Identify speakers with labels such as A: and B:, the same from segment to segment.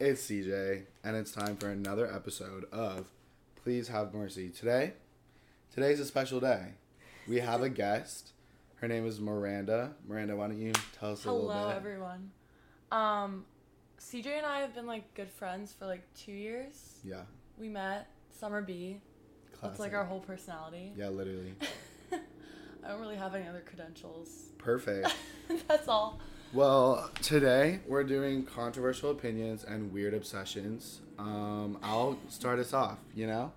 A: It's CJ, and it's time for another episode of Please Have Mercy. Today, today's a special day. We have a guest. Her name is Miranda. Miranda, why don't you tell us a little
B: Hello,
A: bit?
B: everyone. Um, CJ and I have been like good friends for like two years.
A: yeah,
B: We met Summer B.
A: classic.
B: That's like our whole personality.
A: yeah, literally
B: I don't really have any other credentials.
A: perfect.
B: That's all.
A: Well, today we're doing controversial opinions and weird obsessions. Um, I'll start us off. You know,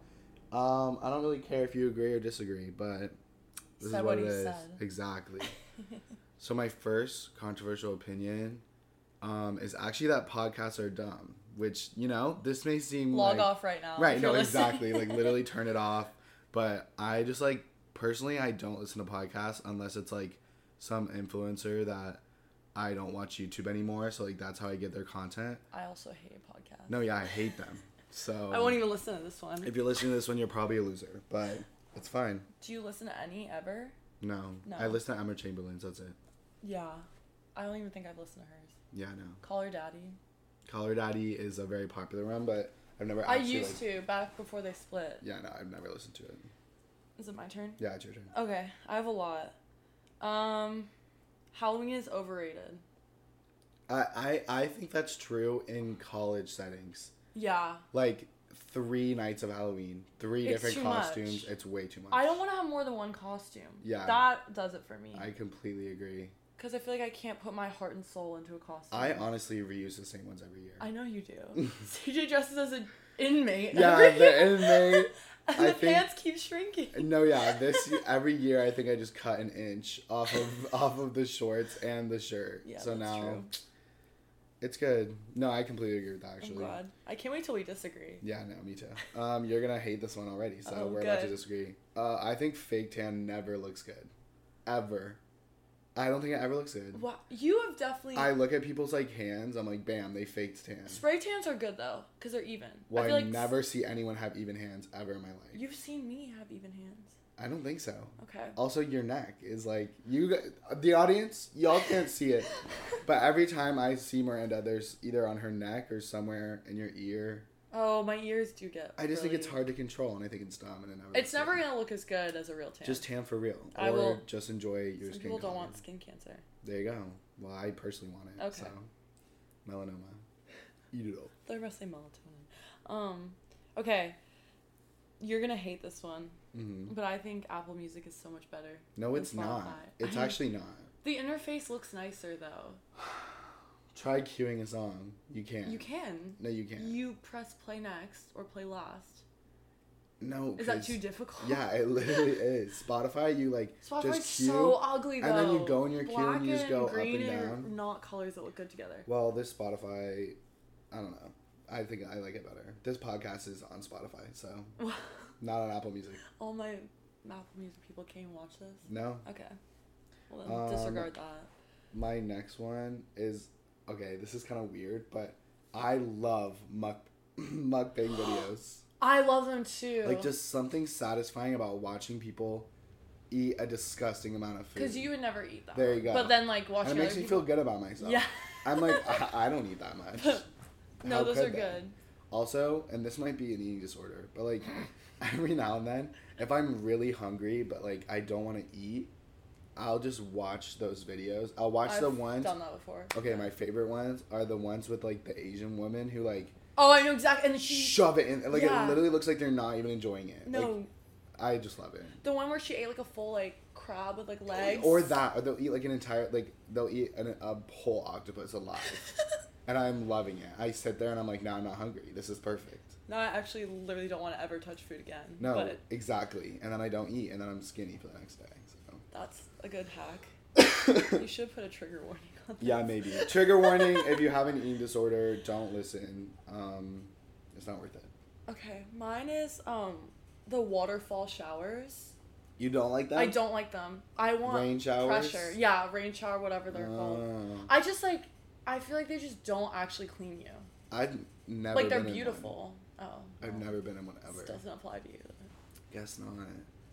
A: um, I don't really care if you agree or disagree, but this
B: Said
A: is
B: what
A: what, it
B: he
A: is.
B: said.
A: Exactly. so my first controversial opinion um, is actually that podcasts are dumb. Which you know, this may seem
B: Log
A: like,
B: off right now.
A: Right?
B: Oh, if
A: No,
B: you're listening.
A: exactly. like literally turn it off. But I just like personally, I don't listen to podcasts unless it's like some influencer that I don't watch YouTube anymore. So like that's how I get their content.
B: I also hate podcasts.
A: No, um, yeah, I hate them. So
B: I won't even listen to this one.
A: if you're listening to this one, you're probably a loser, but it's fine.
B: Do you listen to any ever?
A: No,
B: No.
A: I listen to Emma Chamberlain's. That's it.
B: Yeah. I don't even think I've listened to hers.
A: Yeah, no.
B: Call her daddy.
A: Color Daddy is a very popular one, but I've never.
B: I
A: Actually,
B: used
A: like,
B: to back before they split.
A: Yeah, no, I've never listened to it.
B: Is it my turn?
A: Yeah, it's your turn.
B: Okay, I have a lot. Um, Halloween is overrated.
A: I, I I think that's true in college settings.
B: Yeah,
A: like three nights of Halloween, three
B: It's
A: different
B: too much.
A: costumes. It's way too much.
B: I don't want to have more than one costume.
A: Yeah.
B: that does it for me.
A: I completely agree.
B: Because I feel like I can't put my heart and soul into a costume.
A: I honestly reuse the same ones every year.
B: I know you do. CJ dresses as an inmate.
A: Yeah,
B: every
A: the
B: year.
A: inmate,
B: and
A: I
B: the
A: think-
B: pants keep shrinking.
A: no, yeah, this every year I think I just cut an inch off of off of the shorts and the shirt.
B: Yeah,
A: so
B: that's
A: now
B: true.
A: it's good. No, I completely agree with that. Actually,
B: I'm glad. I can't wait till we disagree.
A: Yeah, no, me too. Um, you're gonna hate this one already, so
B: Oh,
A: we're about to
B: good.
A: disagree. Uh, I think fake tan never looks good, ever. I don't think it ever looks good.
B: Wow, you have definitely.
A: I look at people's like hands. I'm like, bam, they faked tan.
B: Spray tans are good though, cause they're even.
A: Well, I,
B: I feel like
A: never see anyone have even hands ever in my life.
B: You've seen me have even hands.
A: I don't think so.
B: Okay.
A: Also, your neck is like you. g- The audience, y'all can't see it, but every time I see Miranda, there's either on her neck or somewhere in your ear.
B: Oh, my ears do get.
A: I just think
B: really-
A: it's hard to control, and I think it's dumb, and it never.
B: It's
A: looks
B: never
A: good.
B: gonna look as good as a real tan.
A: Just tan for real,
B: I
A: or
B: will-
A: just enjoy your
B: Some
A: skin.
B: people don't
A: color.
B: want skin cancer.
A: There you go. Well, I personally want it.
B: Okay.
A: So, melanoma. Eat it up.
B: They're about to say melatonin. Um, okay. You're gonna hate this one,
A: hmm
B: but I think Apple Music is so much better.
A: No,
B: than
A: it's not.
B: Spotify.
A: It's
B: I-
A: actually not.
B: The interface looks nicer though.
A: Try queuing a song. You can't.
B: You can.
A: No, you can't.
B: You press play next or play last.
A: no.
B: Is that
A: 'cause-
B: too difficult?
A: Yeah, it literally is. Spotify, you like
B: Spotify's
A: just queue.
B: so ugly though.
A: and then you go in your queue
B: Black
A: and you just go up
B: green
A: and
B: are
A: down.
B: Not colors that look good together.
A: well, this Spotify, I don't know. I think I like it better. This podcast is on Spotify, so not on Apple Music.
B: All my Apple Music people came watch this.
A: No,
B: Okay. Well then,
A: Um,
B: disregard that.
A: my next one is okay. This is kind of weird, but I love muk mukbang videos.
B: I love them too.
A: like just something satisfying about watching people eat a disgusting amount of food.
B: because you would never eat that.
A: There you go.
B: But then like
A: and
B: watching
A: it makes
B: other
A: me
B: people.
A: feel good about myself.
B: Yeah.
A: I'm like, I, I don't eat that much.
B: no,
A: How
B: those
A: could
B: are
A: they?
B: good.
A: Also, and this might be an eating disorder, but like every now and then, if I'm really hungry but like I don't want to eat, I'll just watch those videos. I'll watch
B: I've
A: the ones.
B: done that before.
A: Okay, my favorite ones are the ones with like the Asian woman who like
B: Oh, I know exactly. And she
A: shove it in. Like
B: Yeah.
A: it literally looks like they're not even enjoying it.
B: no
A: Like, I just love it.
B: the one where she ate like a full like crab with like legs
A: Or that, or they'll eat like an entire, like they'll eat an, a whole octopus alive, and I'm loving it. I sit there and I'm like, no, I'm not hungry. This is perfect.
B: no, I actually literally don't want to ever touch food again.
A: No,
B: but
A: exactly. And then I don't eat, and then I'm skinny for the next day.
B: that's a good hack.
A: So.
B: You should put a trigger warning on.
A: yeah,
B: this.
A: maybe. Trigger warning: If you have an eating disorder, don't listen. Um, it's not worth it.
B: Okay, mine is um the waterfall showers.
A: You don't like that?
B: I don't like them. I want
A: Rain showers?
B: pressure. Yeah, rain shower, whatever they're called.
A: Oh.
B: I just like. I feel like they just don't actually clean you.
A: I've never.
B: like they're
A: been in one.
B: beautiful. Oh.
A: I've
B: well,
A: never been in one ever.
B: This doesn't apply to you.
A: Guess not.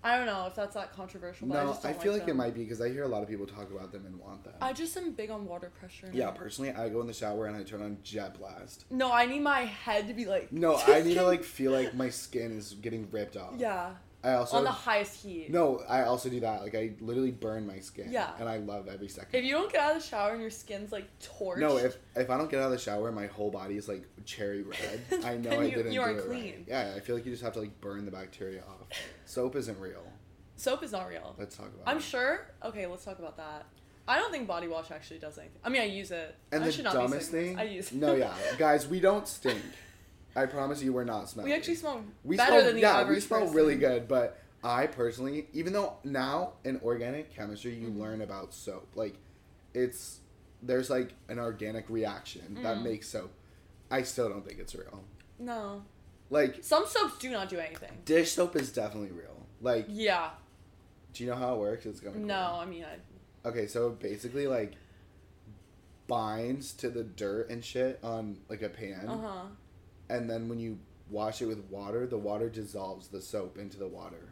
B: I don't know if that's that controversial. But I,
A: No,
B: just
A: I,
B: don't
A: feel like it
B: them.
A: might be because I hear a lot of people talk about them and want them.
B: I just am big on water pressure.
A: yeah, personally, I go in the shower and I turn on Jet Blast.
B: No, I need my head to be like.
A: No, I need to like feel like my skin is getting ripped off.
B: Yeah,
A: I also
B: on the highest heat.
A: no, I also do that. Like I literally burn my skin.
B: Yeah.
A: and I love every second.
B: If you don't get out of the shower and your skin's like torched.
A: No, if if I don't get out of the shower, my whole body is like cherry red. I know
B: Then
A: I
B: you-
A: didn't
B: you
A: do
B: are
A: it right.
B: clean.
A: Yeah, I feel like you just have to like burn the bacteria off. Soap isn't real.
B: soap is not real.
A: Let's talk about.
B: I'm
A: it.
B: sure. Okay, let's talk about that. I don't think body wash actually does anything. I mean, I use it.
A: And
B: I
A: the
B: should not
A: dumbest
B: be
A: thing.
B: saying this. I use. It.
A: no, yeah, guys, we don't stink. I promise you, we're not smelling.
B: we actually smell
A: We
B: better
A: smell,
B: than the
A: yeah,
B: average.
A: we smell
B: person.
A: really good, but I personally, even though now in organic chemistry
B: Mm-hmm.
A: you learn about soap, like it's there's like an organic reaction that
B: Mm.
A: makes soap. I still don't think it's real.
B: No,
A: Like
B: some soaps do not do anything.
A: dish soap is definitely real. Like,
B: Yeah.
A: do you know how it works? It's gonna.
B: No, I mean, I,
A: Okay, so it basically like binds to the dirt and shit on like a pan,
B: uh huh.
A: and then when you wash it with water, the water dissolves the soap into the water.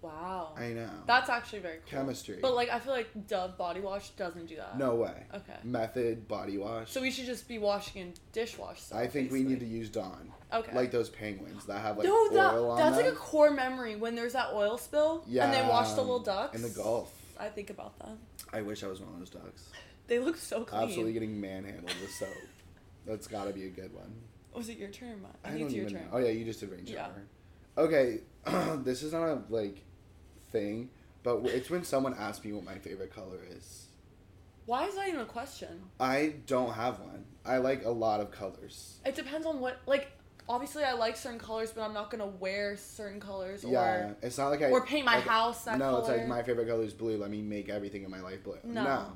B: Wow.
A: I know.
B: Oh. That's actually very cool.
A: chemistry.
B: But like, I feel like Dove body wash doesn't do that.
A: No way.
B: Okay.
A: Method body wash.
B: So we should just be washing in dishwash soap.
A: I think we need to
B: basically.
A: use Dawn.
B: Okay.
A: Like those penguins that have like
B: no, that
A: oil on
B: that's
A: them.
B: like a core memory when there's that oil spill
A: yeah.
B: and they wash the little ducks
A: In the Gulf.
B: I think about that.
A: I wish I was one of those ducks.
B: They look so clean.
A: Absolutely getting manhandled with soap. That's gotta be a good one.
B: Was it your turn or mine? I,
A: I,
B: think
A: don't
B: it's your
A: even know.
B: turn.
A: Oh yeah, you just did rain
B: Yeah.
A: shower. Okay, this is not a like thing, but it's when someone asks me what my favorite color is.
B: Why is that even a question?
A: I don't have one. I like a lot of colors.
B: It depends on what like obviously I like certain colors but I'm not gonna wear certain colors
A: Yeah,
B: or
A: it's not like I
B: or paint my
A: like,
B: house that
A: no,
B: color.
A: it's like my favorite color is blue. Let me make everything in my life blue. No.
B: No.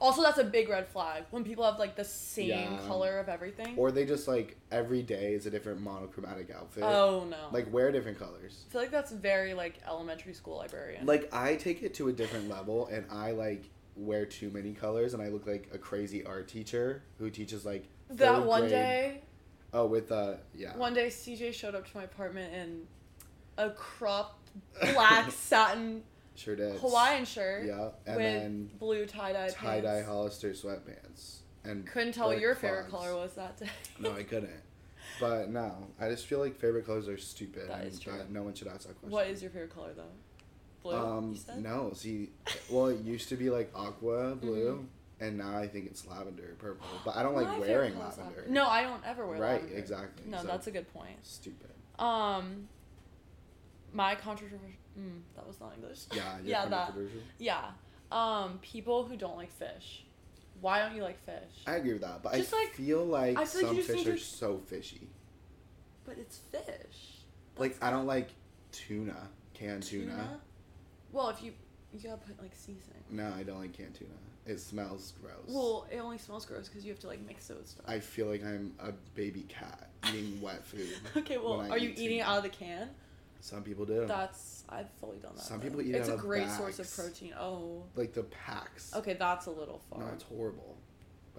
B: also that's a big red flag when people have like the same
A: Yeah.
B: color of everything.
A: Or they just like every day is a different monochromatic outfit.
B: oh no.
A: Like wear different colors.
B: I feel like that's very like elementary school librarian.
A: Like I take it to a different level and I like wear too many colors and I look like a crazy art teacher who teaches like
B: that
A: third
B: one
A: grade-
B: day
A: Oh, with uh yeah.
B: One day, CJ showed up to my apartment in a cropped black satin
A: sure did.
B: Hawaiian shirt
A: Yeah. And
B: with
A: then
B: blue tie dye
A: tie dye Hollister sweatpants. And
B: Couldn't tell what
A: black
B: your favorite
A: clogs.
B: color was that day.
A: No, I couldn't. But no, I just feel like favorite colors are stupid.
B: That
A: and
B: is true.
A: that no one should ask that question.
B: what is your favorite color though? Blue.
A: Um,
B: you said? Mm-hmm.
A: no, see, well, it used to be like aqua blue, and now I think it's lavender purple. But I don't
B: My
A: like
B: favorite
A: wearing
B: color's
A: lavender.
B: No, I don't ever wear
A: right,
B: lavender.
A: exactly.
B: No,
A: so
B: that's a good point.
A: stupid.
B: Um, my controversial. Mm, that was not English.
A: Yeah, you're
B: yeah, that.
A: controversial.
B: Yeah. Um, people who don't like fish. Why don't you like fish?
A: I agree with that, but
B: Just,
A: I
B: like-
A: feel like
B: I feel like
A: some
B: you just
A: fish
B: need
A: are
B: to-
A: so fishy.
B: But it's fish.
A: Like I don't like tuna, canned tuna.
B: Well, if you you gotta put like seasoning.
A: No, I don't like canned tuna. It smells gross.
B: Well, it only smells gross because you have to like mix it with stuff.
A: I feel like I'm a baby cat eating wet food.
B: okay, well,
A: when I
B: are you
A: eat
B: eating it
A: tuna.
B: out of the can?
A: Some people do.
B: That's I've fully done that.
A: Some
B: though.
A: people eat it
B: It's
A: out
B: a
A: of
B: great source of
A: bags.
B: protein. Oh,
A: like the packs.
B: okay, that's a little far.
A: No, it's horrible.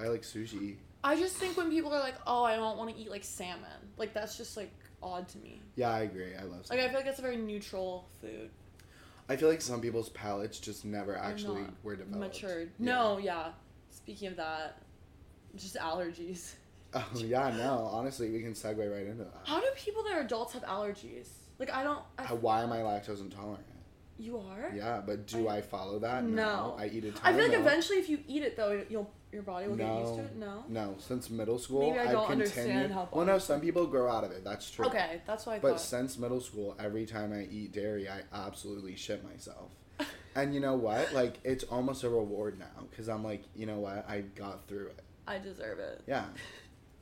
A: I like sushi.
B: I just think when people are like, "Oh, I don't want to eat like salmon," like that's just like odd to me.
A: Yeah, I agree. I love
B: Like
A: sushi.
B: I feel like that's a very neutral food.
A: I feel like some people's palates just never actually
B: not
A: were developed.
B: Matured.
A: Yeah.
B: No, yeah. Speaking of that, just allergies.
A: Oh, yeah, no. Honestly, we can segue right into that.
B: How do people that are adults have allergies? Like I don't. I,
A: Uh, Why am I lactose intolerant?
B: you are.
A: Yeah, but do I, follow that?
B: No.
A: I eat a ton
B: I feel like
A: of milk.
B: eventually, if you eat it though, you'll your body will get used to
A: No.
B: it. No.
A: No, since middle school,
B: Maybe I
A: have
B: don't
A: continued.
B: understand how
A: well, no, some people grow out of it. That's true.
B: Okay, that's what I
A: But
B: thought.
A: since middle school, every time I eat dairy, I absolutely shit myself. And you know what? Like, it's almost a reward now because I'm like, you know what? I got through it.
B: I deserve it.
A: Yeah.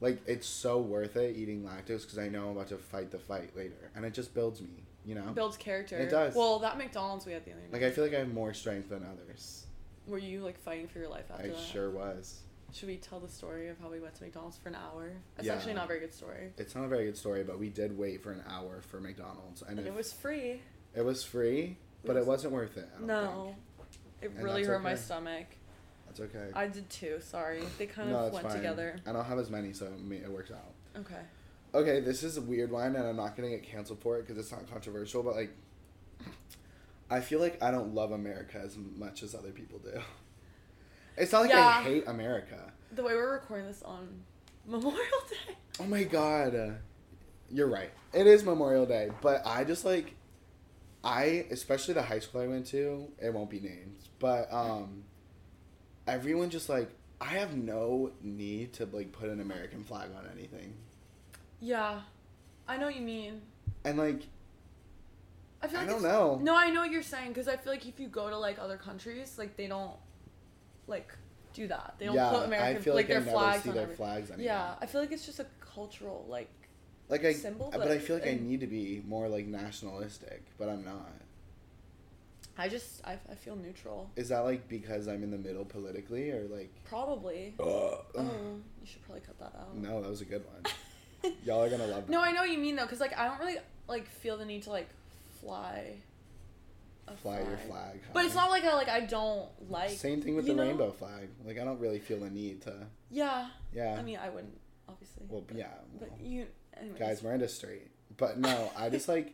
A: Like, it's so worth it eating lactose because I know I'm about to fight the fight later. And it just builds me, you know?
B: Builds character.
A: It does.
B: Well, that McDonald's we had the other night.
A: like, I feel like I have more strength than others.
B: Were you like fighting for your life after
A: I
B: that?
A: sure was.
B: Should we tell the story of how we went to McDonald's for an hour? It's
A: Yeah.
B: actually not a very good story.
A: It's not a very good story, but we did wait for an hour for McDonald's. And,
B: And
A: if-
B: it was free.
A: it was free, but it wasn't worth it. I don't
B: No. It
A: And
B: really
A: that's
B: hurt my
A: okay.
B: stomach.
A: Think. That's okay.
B: I did too, sorry. They kind
A: no,
B: of
A: it's
B: went
A: fine.
B: together.
A: I don't have as many, so me- it works out.
B: Okay.
A: Okay, this is a weird one, and I'm not gonna get canceled for it because it's not controversial. But like, I feel like I don't love America as much as other people do. It's not like
B: Yeah.
A: I hate America.
B: The way we're recording this on Memorial Day.
A: Oh my god. You're right. It is Memorial Day, but I just like I especially the high school I went to, it won't be named, but um everyone just like I have no need to like put an American flag on anything.
B: Yeah, I know what you mean.
A: And like
B: I feel
A: I
B: like
A: don't
B: it's-
A: know.
B: No, I know what you're saying because I feel like if you go to like other countries, like they don't like do that. They don't
A: yeah,
B: put American
A: I feel like,
B: like, their
A: I never
B: flags
A: see
B: on
A: their
B: every-
A: flags anywhere.
B: Yeah, I feel like it's just a cultural like.
A: Like I
B: symbol,
A: but,
B: but-
A: I feel like I
B: and-
A: need to be more like nationalistic, but I'm not.
B: I just I, I feel neutral.
A: Is that like because I'm in the middle politically or like
B: Probably. Oh,
A: Ugh.
B: you should probably cut that out.
A: No, that was a good one. Y'all are gonna love
B: No,
A: that.
B: I know what you mean though, because like I don't really like feel the need to like fly. a
A: Fly your flag.
B: But it's
A: high.
B: not like I like I don't like.
A: Same thing with
B: you
A: the
B: know?
A: rainbow flag. Like I don't really feel the need to.
B: Yeah.
A: Yeah.
B: I mean, I wouldn't obviously.
A: well,
B: but,
A: yeah.
B: But
A: well,
B: you, anyways.
A: guys, Miranda's straight. But no, I just like.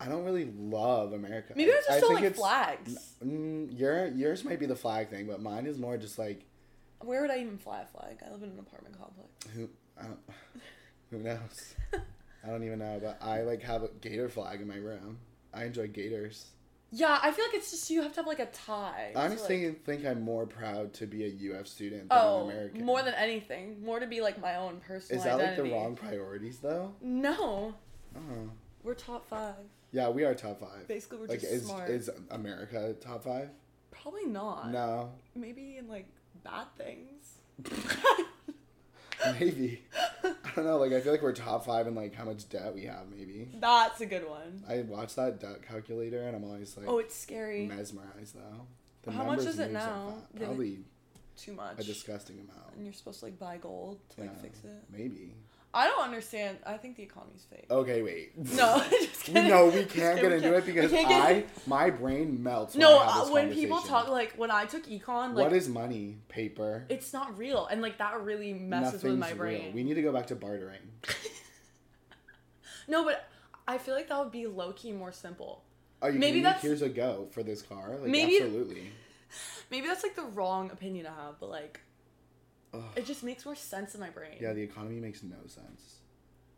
A: I don't really love America.
B: Maybe I just don't like
A: it's-
B: flags.
A: Mm, your yours might be the flag thing, but mine is more just like
B: Where would I even fly a flag? I live in an apartment complex.
A: who I don't, who knows. I don't even know, but I like have a gator flag in my room. I enjoy gators.
B: Yeah, I feel like it's just you have to have like a tie.
A: I
B: to, like-
A: honestly think I'm more proud to be a UF student than an
B: Oh,
A: American.
B: more than anything, more to be like my own personal.
A: Is that
B: identity.
A: like the wrong priorities though?
B: No,
A: Oh.
B: we're top five.
A: Yeah, we are top five.
B: Basically, we're
A: like
B: just
A: is
B: smart.
A: is America top five?
B: Probably not.
A: No,
B: Maybe in like bad things.
A: maybe. I don't know. Like I feel like we're top five in like how much debt we have. Maybe
B: That's a good one.
A: I watch that debt calculator and I'm always like
B: Oh, it's scary.
A: mesmerized though.
B: How much
A: numbers
B: is it
A: move so
B: now?
A: fast.
B: Did it-
A: Probably
B: Too much.
A: a disgusting amount.
B: and you're supposed to like buy gold to like
A: Yeah,
B: fix it.
A: Maybe.
B: I don't understand. I think the economy's fake.
A: Okay, wait.
B: No, just kidding.
A: No, Uh, we
B: Just
A: can't
B: kidding,
A: get into
B: we
A: it
B: can't- we
A: because
B: can't get-
A: I my brain melts.
B: No,
A: when, I have
B: uh,
A: this
B: when people
A: conversation.
B: talk like when I took econ, like
A: what is money? Paper.
B: it's not real, and like that really messes with
A: Nothing's
B: my
A: real.
B: brain.
A: We need to go back to bartering.
B: No, but I feel like that would be low key more simple.
A: Are you
B: Maybe
A: maybe
B: that's-
A: here's a go for this car. Like
B: Maybe-
A: absolutely.
B: Maybe that's like the wrong opinion to have, but like
A: Ugh.
B: it just makes more sense in my brain.
A: Yeah, the economy makes no sense.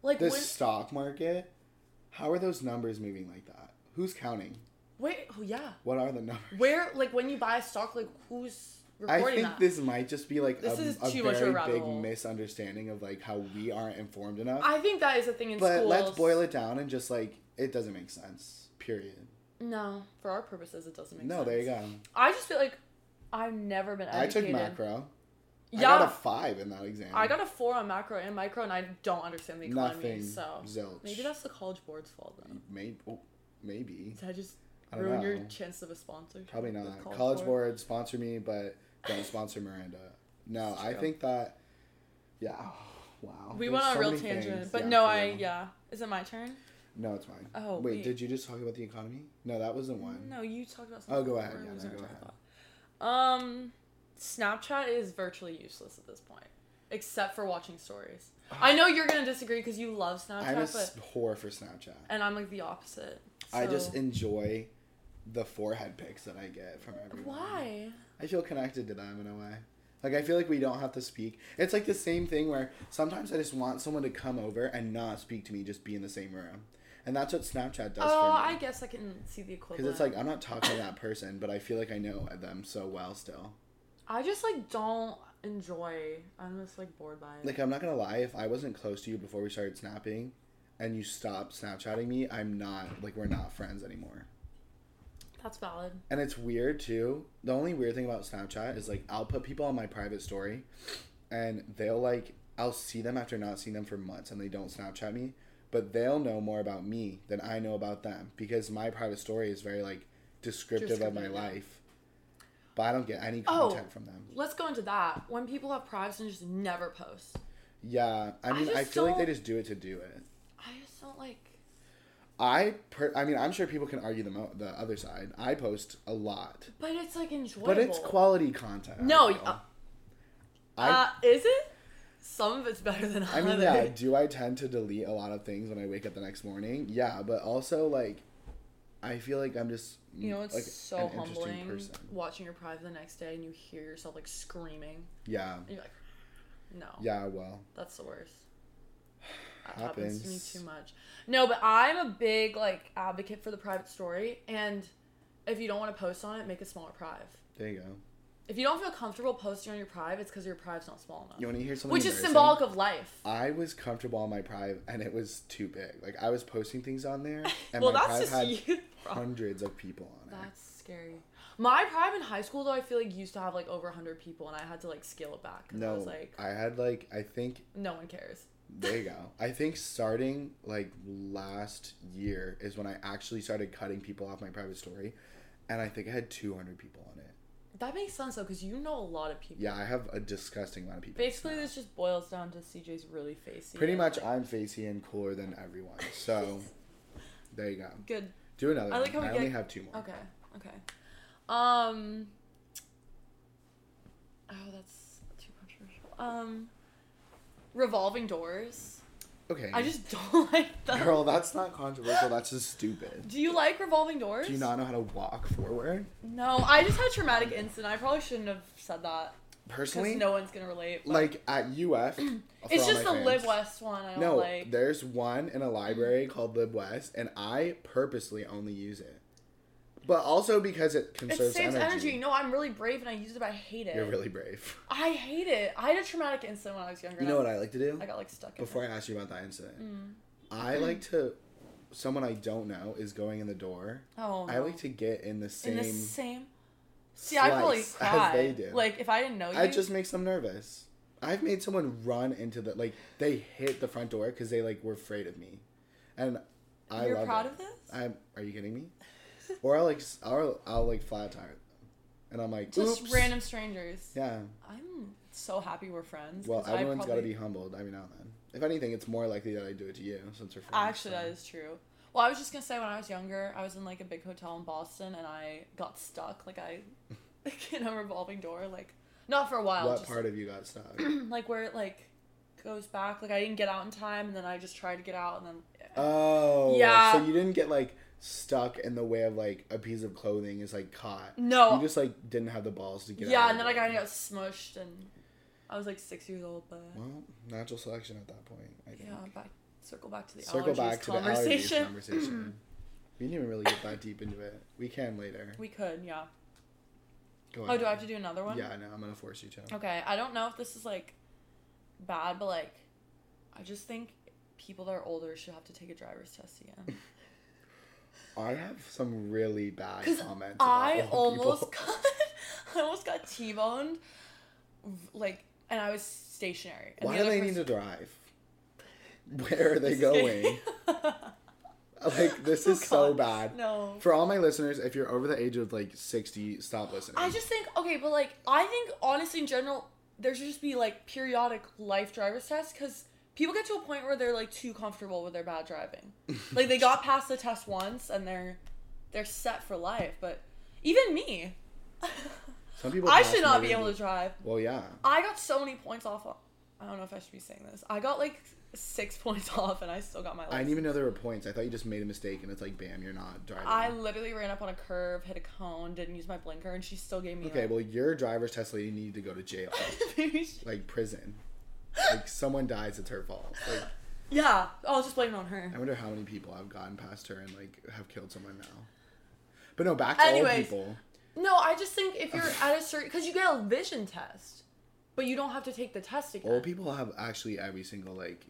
B: like
A: The
B: when,
A: stock market. How are those numbers moving like that? Who's counting?
B: wait, oh yeah,
A: What are the numbers?
B: where like when you buy a stock, like who's
A: I
B: recording
A: think
B: that?
A: this might just be like
B: This
A: a,
B: is
A: a
B: too much of a
A: very
B: rabbit
A: big
B: hole.
A: misunderstanding of like how we aren't informed enough.
B: I think that is a thing in
A: but
B: schools.
A: let's boil it down and just like it doesn't make sense. Period.
B: No, for our purposes, it doesn't make
A: no,
B: sense.
A: there you go.
B: I just feel like I've never been
A: I took
B: educated.
A: macro.
B: Yeah,
A: I got a five in that exam.
B: I got a four on macro and micro, and I don't understand the economy.
A: nothing.
B: So
A: Zilch.
B: maybe that's the college board's fault, though.
A: maybe. Oh, maybe.
B: Did I just
A: I don't
B: ruin
A: know.
B: your chance of a sponsor?
A: Probably not. College board sponsor me, but don't sponsor Miranda. No,
B: It's
A: I
B: true.
A: think that. Yeah. Wow.
B: We
A: There's
B: went on
A: so
B: a real
A: many
B: tangent,
A: things.
B: but
A: Yeah,
B: no,
A: for
B: I
A: real.
B: yeah. Is it my turn?
A: No, it's fine.
B: Oh,
A: wait,
B: wait. Mm,
A: did you just talk about the economy? No, that was the one.
B: No, you talked about.
A: Oh,
B: Something
A: go
B: that
A: ahead,
B: I
A: yeah,
B: was
A: no,
B: gonna
A: go
B: talk about. Um, Snapchat is virtually useless at this point, except for watching stories. I know you're gonna disagree because you love Snapchat,
A: I'm a
B: but
A: s- whore for Snapchat.
B: and I'm like the opposite.
A: I
B: so-
A: just enjoy the forehead pics that I get from everyone.
B: why?
A: I feel connected to them in a way. Like I feel like we don't have to speak. It's like the same thing where sometimes I just want someone to come over and not speak to me, just be in the same room, and that's what Snapchat does
B: Oh,
A: for
B: I
A: me.
B: guess I can see the
A: Because
B: equivalent.
A: it's like I'm not talking to that person, but I feel like I know them so well still.
B: I just like don't enjoy. I'm just like bored by it.
A: Like I'm not gonna lie, if I wasn't close to you before we started snapping, and you stopped Snapchatting me, I'm not like we're not friends anymore.
B: That's valid.
A: And it's weird too. The only weird thing about Snapchat is like I'll put people on my private story and they'll like I'll see them after not seeing them for months and they don't Snapchat me, but they'll know more about me than I know about them because my private story is very like descriptive of my
B: Descriptive, yeah.
A: life. But I don't get any
B: Oh.
A: content from them.
B: Let's go into that. When people have privates and just never post,
A: Yeah, I mean I,
B: just
A: feel like they
B: don't-
A: just do it to do it.
B: I just don't like.
A: I per- I mean I'm sure people can argue the mo- the other side. I post a lot,
B: But it's like enjoyable.
A: but it's quality content. I
B: No,
A: feel.
B: uh,
A: I
B: uh, is it? Some of it's better than
A: I
B: others.
A: mean, yeah, do I tend to delete a lot of things when I wake up the next morning? Yeah, but also, like, I feel like I'm just
B: You know, it's
A: like
B: so humbling
A: person.
B: watching your private the next day and you hear yourself like screaming.
A: Yeah.
B: And you're like, no,
A: Yeah. Well,
B: that's the worst. That happens.
A: happens.
B: to me too much. No, but I'm a big like advocate for the private story, and if you don't want to post on it, make a smaller prive.
A: there you go.
B: If you don't feel comfortable posting on your prive, it's because your prive's not small enough,
A: You want to hear something?
B: which is
A: embarrassing?
B: symbolic of life.
A: I was comfortable on my Prive, and it was too big. Like I was posting things on there, and
B: well,
A: my
B: that's
A: Prive
B: just
A: had
B: you.
A: hundreds of people on it.
B: That's scary. My private in high school though, I feel like used to have like over 100 people, and I had to like scale it back. 'cause I
A: No,
B: was like,
A: I had like I think
B: no one cares.
A: There you go. I think starting like last year is when I actually started cutting people off my private story, and I think I had 200 people on it.
B: That makes sense though, because you know a lot of people.
A: Yeah, I have a disgusting amount of people.
B: Basically,
A: now.
B: this just boils down to CJ's really facey.
A: pretty much I'm facey and cooler than everyone. So there you go.
B: Good.
A: Do another.
B: I
A: I,
B: like
A: one.
B: how
A: I
B: we
A: only
B: get-
A: have two more.
B: Okay. Okay. Um. Oh, that's too controversial. Um. Revolving doors.
A: Okay.
B: I just don't like them.
A: Girl, that's not controversial. That's just stupid.
B: Do you like revolving doors?
A: Do you not know how to walk forward?
B: No, I just had traumatic incident. I probably shouldn't have said that because
A: Personally,
B: no one's gonna relate. but-
A: like at UF, for all
B: it's just
A: my
B: the Live
A: fans-
B: West one. I don't
A: No,
B: like. Mm-hmm.
A: there's one in a library called Lib West, and I purposely only use it. But also because it
B: It
A: conserves
B: saves energy.
A: energy.
B: No, I'm really brave and I use it, but I hate it.
A: You're really brave.
B: I hate it. I had a traumatic incident when I was younger.
A: You
B: and
A: know what I like to do?
B: I got like stuck in. Mm.
A: Before I ask you about that incident,
B: Mm-hmm.
A: I like to. Someone I don't know is going in the door.
B: it. Oh,
A: I
B: no.
A: like to get in the
B: in
A: same.
B: the same. See, I probably
A: slice as
B: cry.
A: they do.
B: Like if I didn't know you,
A: It just makes them nervous. I've made someone run into the like they hit the front door because they like were afraid of me, and I
B: you're
A: love
B: proud
A: it.
B: of this.
A: I'm. Are you kidding me? Or I'll like, s- I'll, I'll like flat tire them, and I'm like,
B: just
A: Oops.
B: random strangers.
A: Yeah.
B: I'm so happy we're friends.
A: Well,
B: 'cause I
A: everyone's got to
B: probably-
A: be humbled every now and then. If anything, it's more likely that I do it to you since we're friends.
B: Actually,
A: so.
B: that is true. Well, I was just gonna say when I was younger, I was in like a big hotel in Boston, and I got stuck. Like I, like, in a revolving door. Like not for a while.
A: What
B: just,
A: part of you got stuck?
B: Like where it like goes back. Like I didn't get out in time, and then I just tried to get out, and then
A: oh.
B: Yeah.
A: So you didn't get like stuck in the way of like a piece of clothing is like caught.
B: no.
A: You just like didn't have the balls to get.
B: yeah,
A: out
B: and
A: of
B: then I
A: it.
B: got, I got smushed, and I was like six years old, but.
A: Well, natural selection at that point. I think.
B: Yeah, back circle back to the
A: Circle
B: allergies
A: back to the allergies
B: conversation.
A: conversation. we didn't even really get that deep into it. We can later.
B: we could, yeah.
A: Go
B: Oh, do I have to do another one?
A: Yeah, I know. I'm gonna force you to.
B: Okay, I don't know if this is like bad, but like I just think people that are older should have to take a driver's test again.
A: I have some really bad
B: 'Cause
A: comments. about
B: I
A: old
B: almost
A: people.
B: got I almost got T-boned like and I was stationary. And
A: Why
B: the
A: do
B: other
A: they need to drive? Where are they going? Like this
B: Oh,
A: is so
B: God.
A: bad.
B: no.
A: For all my listeners, if you're over the age of like 60, stop listening.
B: I just think okay, but like I think honestly in general there should just be like periodic life driver's tests because people get to a point where they're like too comfortable with their bad driving. like they got past the test once and they're they're set for life. But even me,
A: Some people
B: I
A: pass
B: should
A: and
B: not
A: they
B: be
A: don't
B: able to
A: do-
B: drive.
A: Well, yeah.
B: I got so many points off. on- I don't know if I should be saying this. I got like six points off and I still got my. License.
A: I didn't even know there were points. I thought you just made a mistake and it's like, bam, you're not driving.
B: I literally ran up on a curve, hit a cone, didn't use my blinker, and she still gave me.
A: okay,
B: like-
A: well, your driver's test lady needed to go to jail,
B: Maybe she-
A: like prison. Like someone dies, it's her fault. Like,
B: yeah, I'll just blame it on her.
A: I wonder how many people have gotten past her and like have killed someone now. But no, back to old
B: Anyways.
A: people.
B: No, I just think if you're at a certain because you get a vision test, but you don't have to take the test again.
A: Old people have actually every single like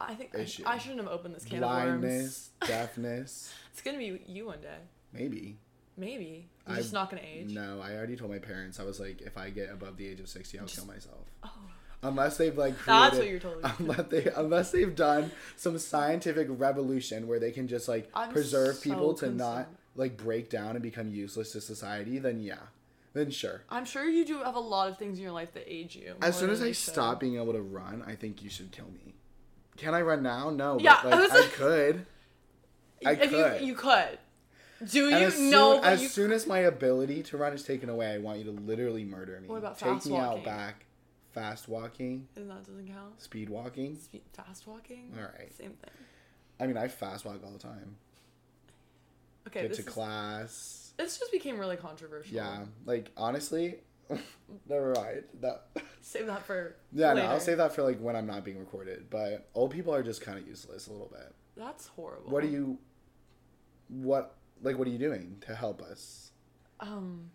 B: I think
A: issue.
B: I, I shouldn't have opened this can
A: blindness,
B: of worms.
A: deafness.
B: It's gonna be you one day,
A: Maybe.
B: maybe. You're
A: I-
B: just not gonna age.
A: No, I already told my parents. I was like, if I get above the age of sixty, I'll kill myself.
B: Oh,
A: Unless they've like created,
B: That's what you're telling me.
A: Unless they unless they've done some scientific revolution where they can just like
B: I'm
A: preserve
B: so
A: people to not
B: concerned.
A: like break down and become useless to society. Then yeah, then sure.
B: I'm sure you do have a lot of things in your life that age you.
A: As
B: more
A: soon
B: than
A: as I
B: you should.
A: stop being able to run, I think you should kill me. Can I run now? No.
B: Yeah,
A: but,
B: I was
A: like, I
B: like-
A: could. I
B: if
A: could.
B: you you could, do
A: And
B: you
A: as soon,
B: know? but
A: as
B: you,
A: soon as my ability to run is taken away, I want you to literally murder me.
B: What about
A: Take
B: fast
A: me
B: walking?
A: out back, fast walking,
B: and that doesn't count.
A: speed walking.
B: Spe- Fast walking.
A: All right.
B: Same thing.
A: I mean, I fast walk all the time.
B: Okay,
A: get
B: this
A: to
B: is,
A: class.
B: this just became really controversial.
A: Yeah, like honestly, never mind. That
B: Save that for
A: yeah, no, I'll
B: later.
A: save that for like when I'm not being recorded. But old people are just kind of useless a little bit.
B: That's horrible.
A: What are you? What like what are you doing to help us
B: um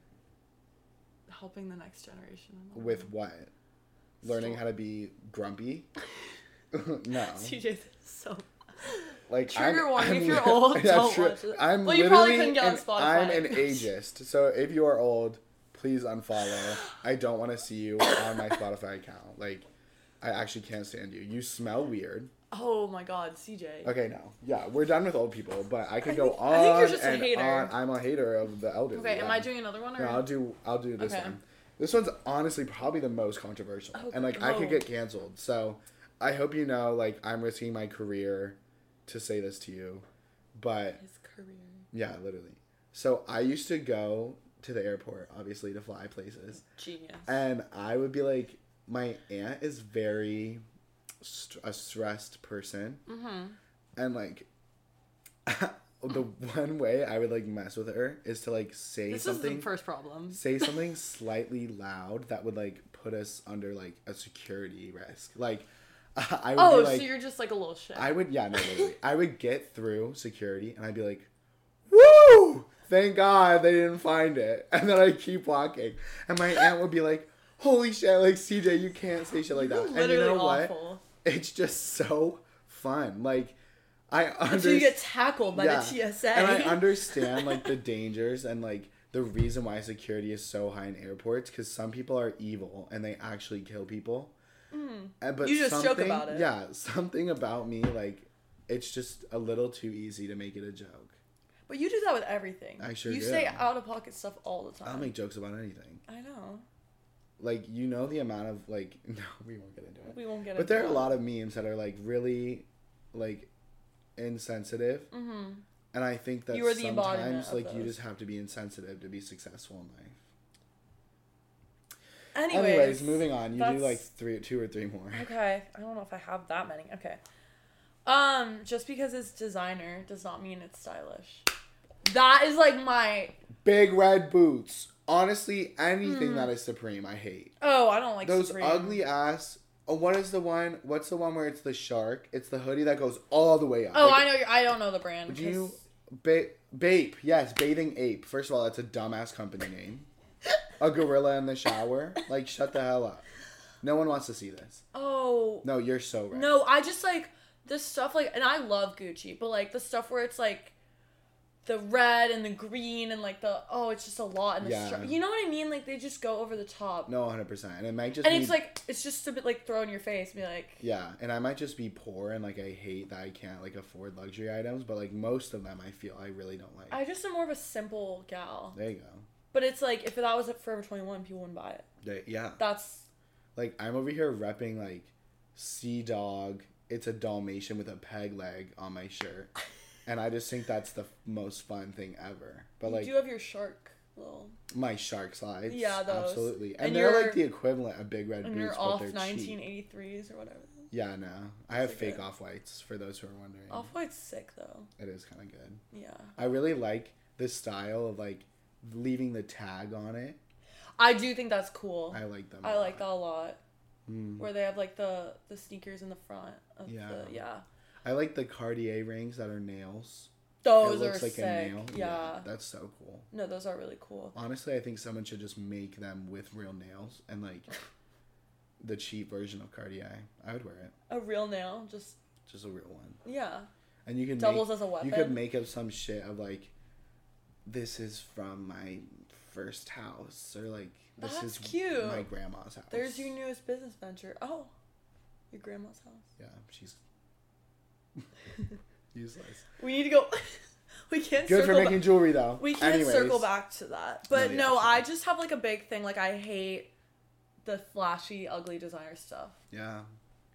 B: helping the next generation I don't
A: with
B: know.
A: what? Learning
B: Stop.
A: how to be grumpy. no,
B: CJ this is so
A: like
B: Trigger
A: I'm,
B: warning,
A: I'm
B: if you're
A: li-
B: old,
A: Yeah,
B: don't
A: true.
B: watch it.
A: I'm
B: Well, you probably
A: literally
B: couldn't get on
A: an- I'm an
B: Spotify.
A: ageist, so if you are old, please unfollow. I don't want to see you on my Spotify account. Like, I actually can't stand you. You smell weird.
B: Oh my god, CJ.
A: Okay, no, yeah, we're done with old people, but I could
B: I
A: go
B: think-
A: on
B: I think you're just a
A: and
B: hater.
A: on. I'm a hater of the elderly.
B: Okay, am
A: yeah.
B: I doing another one or
A: No, I'll do. I'll do this
B: Okay.
A: one. This one's honestly probably the most controversial,
B: Oh,
A: and like I could
B: no.
A: get canceled. So I hope you know, like I'm risking my career to say this to you, but
B: his career?
A: yeah, literally. So I used to go to the airport, obviously, to fly places,
B: Genius.
A: and I would be like, my aunt is very st- a stressed person,
B: Mm-hmm.
A: and like. the one way I would like mess with her is to like say
B: This is
A: something
B: the first problem.
A: say something slightly loud that would like put us under like a security risk. Like I would
B: Oh,
A: be like
B: so you're just like a little shit.
A: I would yeah, no, literally. I would get through security and I'd be like, Woo! Thank God they didn't find it. And then I'd keep walking. And my aunt would be like, Holy shit, like CJ, you can't say shit like that.
B: You're
A: And you
B: literally
A: know what?
B: awful.
A: It's just so fun. Like I understand
B: Until you get tackled by the TSA.
A: and I understand like the dangers and like the reason why security is so high in airports because some people are evil and they actually kill people. Uh, But
B: Hmm. You just joke
A: something-
B: about it.
A: Yeah, something about me like it's just a little too easy to make it a joke.
B: but you do that with everything.
A: I sure
B: You
A: do.
B: say out of pocket stuff all the
A: I'll
B: time.
A: make jokes about anything.
B: I know.
A: Like you know the amount of like no, we won't get into it.
B: We won't get
A: But there are a lot of memes that are like really, like, insensitive,
B: Mm-hmm.
A: and I think that
B: You are the embodiment
A: sometimes
B: of
A: like you
B: those.
A: just have to be insensitive to be successful in life.
B: Anyways,
A: Anyways, moving on. You do
B: that's-
A: like three, two or three more.
B: Okay, I don't know if I have that many. Okay. Um, just because it's designer does not mean it's stylish. That is like my
A: Big red boots. Honestly, anything that is Supreme, I hate.
B: oh, I don't like
A: Those
B: Hmm. Supreme.
A: ugly ass. Oh, what is the one? What's the one where it's the shark? It's the hoodie that goes all the way up.
B: Oh,
A: Like,
B: I know. Your, I don't know the brand.
A: Do you,
B: 'cause-
A: ba- Bape? Yes, bathing ape. First of all, that's a dumbass company name. a gorilla in the shower. Like, shut the hell up. No one wants to see this.
B: Oh
A: No, you're so right.
B: no, I just like the stuff like, and I love Gucci, but like the stuff where it's like the red and the green and like the oh, it's just a lot and the
A: Yeah.
B: str- you know what I mean? Like they just go over the top.
A: No, 100%. And it might just
B: And
A: be
B: it's like it's just a bit like throw in your face and be like,
A: Yeah, and I might just be poor and like I hate that I can't like afford luxury items, but like most of them I feel I really don't like.
B: I just am more of a simple gal.
A: there you go.
B: But it's like if that was at Forever 21, people wouldn't buy it.
A: There- yeah.
B: That's
A: Like I'm over here repping like Sea Dog, it's a Dalmatian with a peg leg on my shirt. And I just think that's the f- most fun thing ever. But like
B: you do have your shark little
A: my shark slides.
B: Yeah, those.
A: Absolutely. And,
B: And
A: they're like
B: you're-
A: the equivalent of big red
B: and
A: boots.
B: your
A: but
B: off
A: they're cheap.
B: 1983s or whatever.
A: Yeah, no. I have
B: Those are
A: fake
B: good.
A: off whites for those who are wondering.
B: Off White's sick though.
A: It is kind of good.
B: Yeah.
A: I really like the style of like leaving the tag on it.
B: I do think that's cool. Oh, I,
A: I like them.
B: like that a lot.
A: Mm.
B: Where they have like the the sneakers in the front of
A: Yeah.
B: the yeah.
A: I like the Cartier rings that are nails.
B: Oh, Those are sick. yeah.
A: that's so cool.
B: No, those are really cool.
A: Honestly, I think someone should just make them with real nails and like the cheap version of Cartier. I would wear it,
B: A real nail just
A: just a real one.
B: yeah.
A: And you can
B: Doubles
A: make,
B: as a weapon.
A: you could make up some shit of like, this is from my first house or like this
B: That's
A: is
B: cute.
A: my grandma's house.
B: There's your newest business venture. Oh. Your grandma's house.
A: Yeah, she's useless.
B: We need to go we can't
A: Good for
B: circle back.
A: making jewelry though.
B: We can't
A: Anyways,
B: circle back to that. But
A: yeah,
B: no,
A: sure.
B: I just have like a big thing. Like I hate the flashy, ugly designer stuff.
A: Yeah,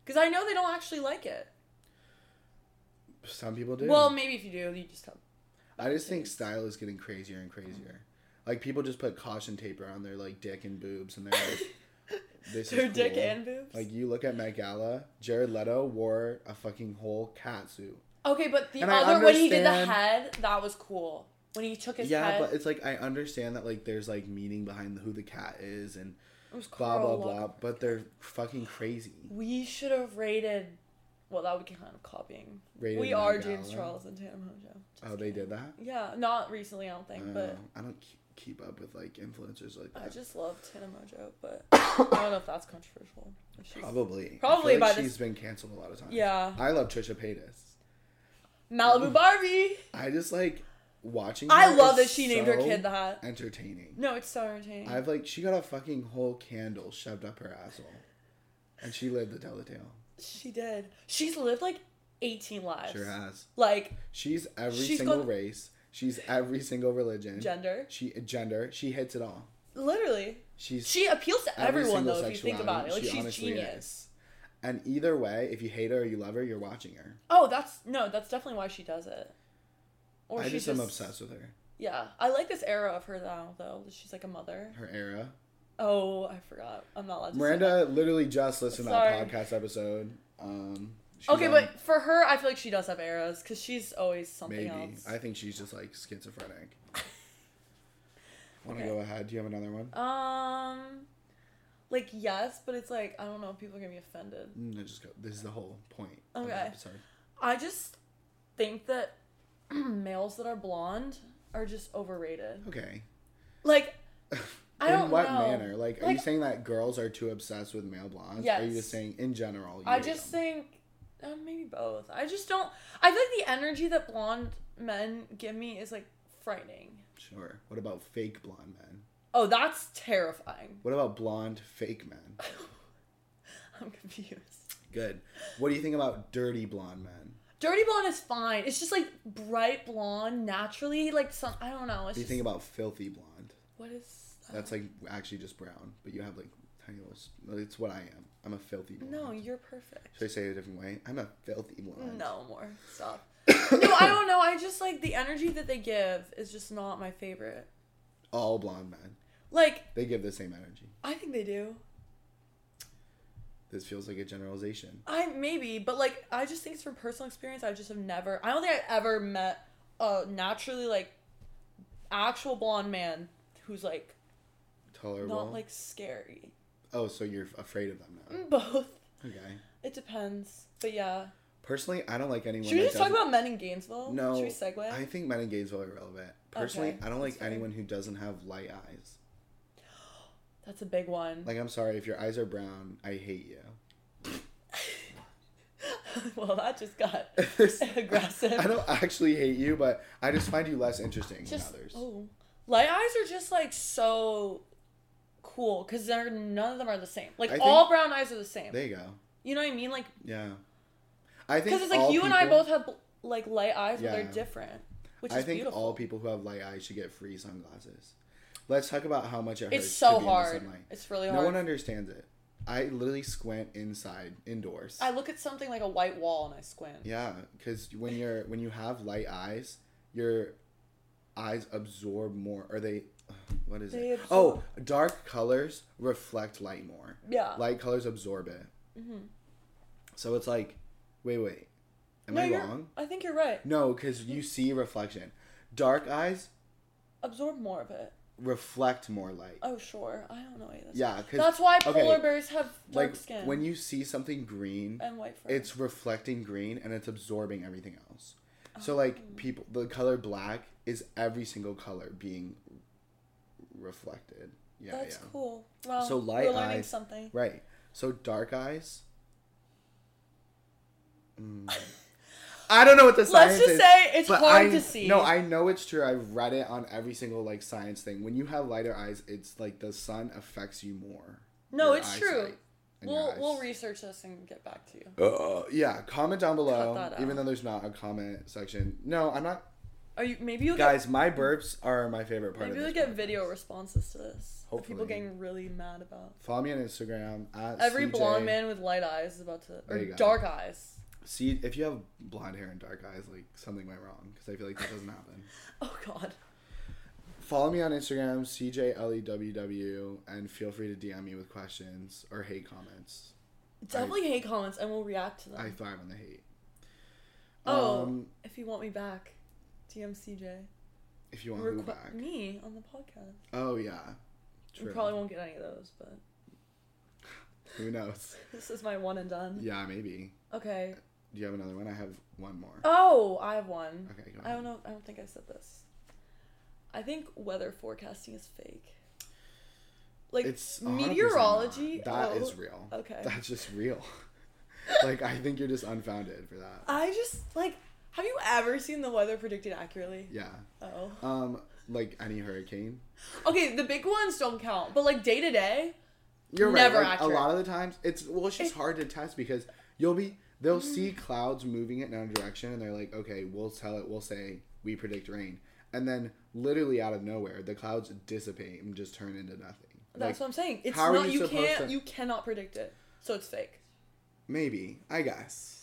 B: Because I know they don't actually like it.
A: some people do.
B: Well, maybe if you do, you just have.
A: I just think style is getting crazier and crazier. Like people just put caution tape around their like dick and boobs, and they're like, "This
B: Their
A: is
B: dick
A: cool.
B: and boobs.
A: Like you look at Met Gala, Jared Leto wore a fucking whole cat suit.
B: okay, but the
A: and I
B: other when he did the
A: understand-
B: head, that was cool. when he took his
A: yeah,
B: head.
A: but it's like I understand that like there's like meaning behind who the cat is and
B: it was
A: blah
B: Karl
A: blah blah,
B: Lagerfeld.
A: but they're fucking crazy.
B: We should have rated. Well, that would be kind of copying.
A: Rated
B: we
A: Night
B: are James
A: Owl.
B: Charles and Tatum Hojo. Just
A: Oh, they
B: kidding.
A: did that.
B: Yeah, not recently, I don't think, but
A: Oh, I don't keep, keep up with like influencers like
B: I
A: that.
B: just love Tatum Hojo. But I don't know if that's controversial. If she's-
A: Probably.
B: Probably
A: I feel like
B: by
A: she's
B: this-
A: been canceled a lot of times.
B: Yeah,
A: I love Trisha Paytas.
B: Malibu Barbie.
A: I just like watching.
B: I
A: her
B: love
A: is
B: that she named her
A: so
B: kid that.
A: Entertaining.
B: No, it's so entertaining.
A: I've like she got a fucking whole candle shoved up her asshole, and she lived to tell the tale.
B: She did. She's lived like 18 lives.
A: Sure has.
B: Like
A: She's every
B: She's
A: single
B: got-
A: race. She's every single religion.
B: gender.
A: She gender. She hits it all.
B: Literally.
A: She's
B: She appeals to
A: every
B: everyone
A: single
B: though if you think about
A: sexuality
B: it. Like she's
A: honestly
B: genius.
A: is. And either way, if you hate her or you love her, you're watching her.
B: Oh, that's no, that's definitely why she does it. Or
A: I
B: she
A: just am obsessed with her.
B: Yeah. I like this era of her now though. that She's like a mother.
A: Her era.
B: Oh, I forgot. I'm not allowed to say
A: Miranda literally just listened
B: Sorry.
A: to that podcast episode. Um, she's
B: that. Okay,
A: on-
B: but for her, I feel like she does have eras because she's always something
A: maybe
B: else.
A: I think she's just like schizophrenic. Want to
B: Okay.
A: go ahead? Do you have another one?
B: um, like yes, but it's like I don't know. People are gonna be offended.
A: No, just go. This is the whole point. of the
B: Okay.
A: episode.
B: I just think that males that are blonde are just overrated.
A: Okay.
B: Like, I
A: in
B: don't
A: what
B: know.
A: manner? Like, are you
B: Like-
A: saying that girls are too obsessed with male blondes? Are you
B: Yes.
A: just saying in general? You
B: I
A: hate
B: just
A: them?
B: think uh, maybe both. I just don't. I feel like the energy that blonde men give me is like frightening.
A: Sure. What about fake blonde men?
B: Oh, that's terrifying.
A: What about blonde fake men?
B: I'm confused.
A: Good. What do you think about dirty blonde men?
B: Dirty blonde is fine. It's just like bright blonde naturally. Like some, I don't know.
A: What
B: It's
A: do you
B: just,
A: think about filthy blonde?
B: what is that?
A: That's like actually just brown, but you have like tiny little. s- It's what I am. I'm a filthy blonde.
B: no, you're perfect.
A: Should I say it a different way? I'm a filthy blonde.
B: No more. Stop. no, I don't know. I just like the energy that they give is just not my favorite.
A: All blonde men.
B: Like,
A: They give the same energy.
B: I think they do.
A: This feels like a generalization.
B: I maybe, but like I just think it's from personal experience. I just have never I don't think I've ever met a naturally like actual blonde man who's like
A: Tolerable.
B: not like scary.
A: oh, so you're afraid of them now?
B: Both.
A: Okay.
B: It depends. But yeah.
A: Personally, I don't like anyone.
B: Should we
A: that
B: just talk
A: doesn't-
B: about men in Gainesville?
A: No.
B: Should we segue?
A: I think men and gays are relevant. Personally,
B: Okay,
A: I don't like
B: that's fair.
A: anyone who doesn't have light eyes.
B: That's a big one.
A: Like, I'm sorry if your eyes are brown, I hate you.
B: well, that just got aggressive.
A: I don't actually hate you, but I just find you less interesting
B: just
A: than others.
B: oh light eyes are just like so cool because they're none of them are the same like
A: I think-
B: all brown eyes are the same
A: There you go.
B: you know what i mean like
A: Yeah. I think
B: because it's like
A: all
B: you and i
A: people-
B: both have like light eyes but
A: Yeah.
B: they're different which is
A: I think
B: beautiful
A: all people who have light eyes should get free sunglasses. Let's talk about how much it hurts.
B: it's
A: to
B: so
A: be in the
B: hard
A: sunlight.
B: it's really
A: No
B: hard
A: one understands it. I literally squint inside indoors.
B: i look at something like a white wall and i squint
A: Yeah, because when you're when you have light eyes, your eyes absorb more, or they, what is
B: They
A: it?
B: absorb-
A: Oh, dark colors reflect light more.
B: yeah
A: Light colors absorb it.
B: Mm-hmm.
A: So it's like, wait, wait, am
B: no
A: I
B: you're
A: wrong?
B: i think you're right
A: No, because you see reflection. Dark eyes
B: absorb more of it
A: reflect more light.
B: oh sure i don't know either
A: Yeah, 'cause-
B: that's why
A: okay,
B: polar bears have dark
A: like
B: skin
A: when you see something green,
B: and white fur.
A: it's reflecting green and it's absorbing everything else.
B: Oh.
A: So like people, the color black is every single color being reflected. Yeah,
B: that's
A: yeah,
B: cool well
A: So light
B: we're learning
A: eyes-
B: something
A: right. So dark eyes. Mm. I don't know what the
B: Let's
A: science
B: just
A: is,
B: say it's
A: but
B: hard
A: I-
B: to see.
A: No, I know it's true. I've read it on every single like science thing. When you have lighter eyes, it's like the sun affects you more.
B: No,
A: Your
B: it's true.
A: eyesight and your
B: We'll
A: eyes.
B: we'll research this and get back to you.
A: Uh, yeah, comment down below.
B: that out.
A: Even though there's not a comment section. No, I'm not.
B: Are you maybe you'll
A: Guys, my burps are my favorite
B: get
A: part
B: maybe
A: of
B: we'll
A: this
B: get
A: podcast.
B: video responses to this. of
A: Hopefully.
B: People getting really mad about
A: Follow me on Instagram at
B: every
A: CJ
B: blonde man with light eyes is about to
A: There you
B: or
A: go.
B: dark eyes.
A: See, if you have blonde hair and dark eyes, like something went wrong because I feel like that doesn't happen.
B: Oh god.
A: Follow me on Instagram CJLEWW E and feel free to DM me with questions or hate comments.
B: Definitely hate comments and we'll react to them.
A: I thrive on the hate.
B: oh,
A: Um,
B: if you want me back, DM CJ.
A: if you want to go back.
B: Requ- me on the podcast.
A: Oh yeah,
B: We
A: true.
B: probably won't get any of those, but
A: Who knows?
B: this is my one and done.
A: Yeah, maybe.
B: Okay.
A: Do you have another one? I have one more.
B: Oh, I have one.
A: Okay, go
B: I
A: ahead.
B: don't know. I don't think I said this. I think weather forecasting is fake. Like
A: It's 100% not.
B: meteorology.
A: That is
B: oh,
A: real.
B: okay.
A: That's just real. like I think you're just unfounded for that.
B: I just like. Have you ever seen the weather predicted accurately?
A: Yeah.
B: Oh.
A: Um, like any hurricane.
B: Okay, the big ones don't count, but like day to day.
A: You're
B: Never
A: right. Like, a
B: accurate.
A: lot of the times, it's well, it's just
B: It- Mm-hmm.
A: hard to test because you'll be they'll see clouds moving it in another direction, and they're like, okay, we'll tell it. We'll say we predict rain, and then literally out of nowhere, the clouds dissipate and just turn into nothing.
B: That's
A: like,
B: what I'm saying. It's
A: how are
B: not
A: you
B: you,
A: supposed
B: can't
A: to-
B: you cannot predict it, so it's fake.
A: maybe I guess.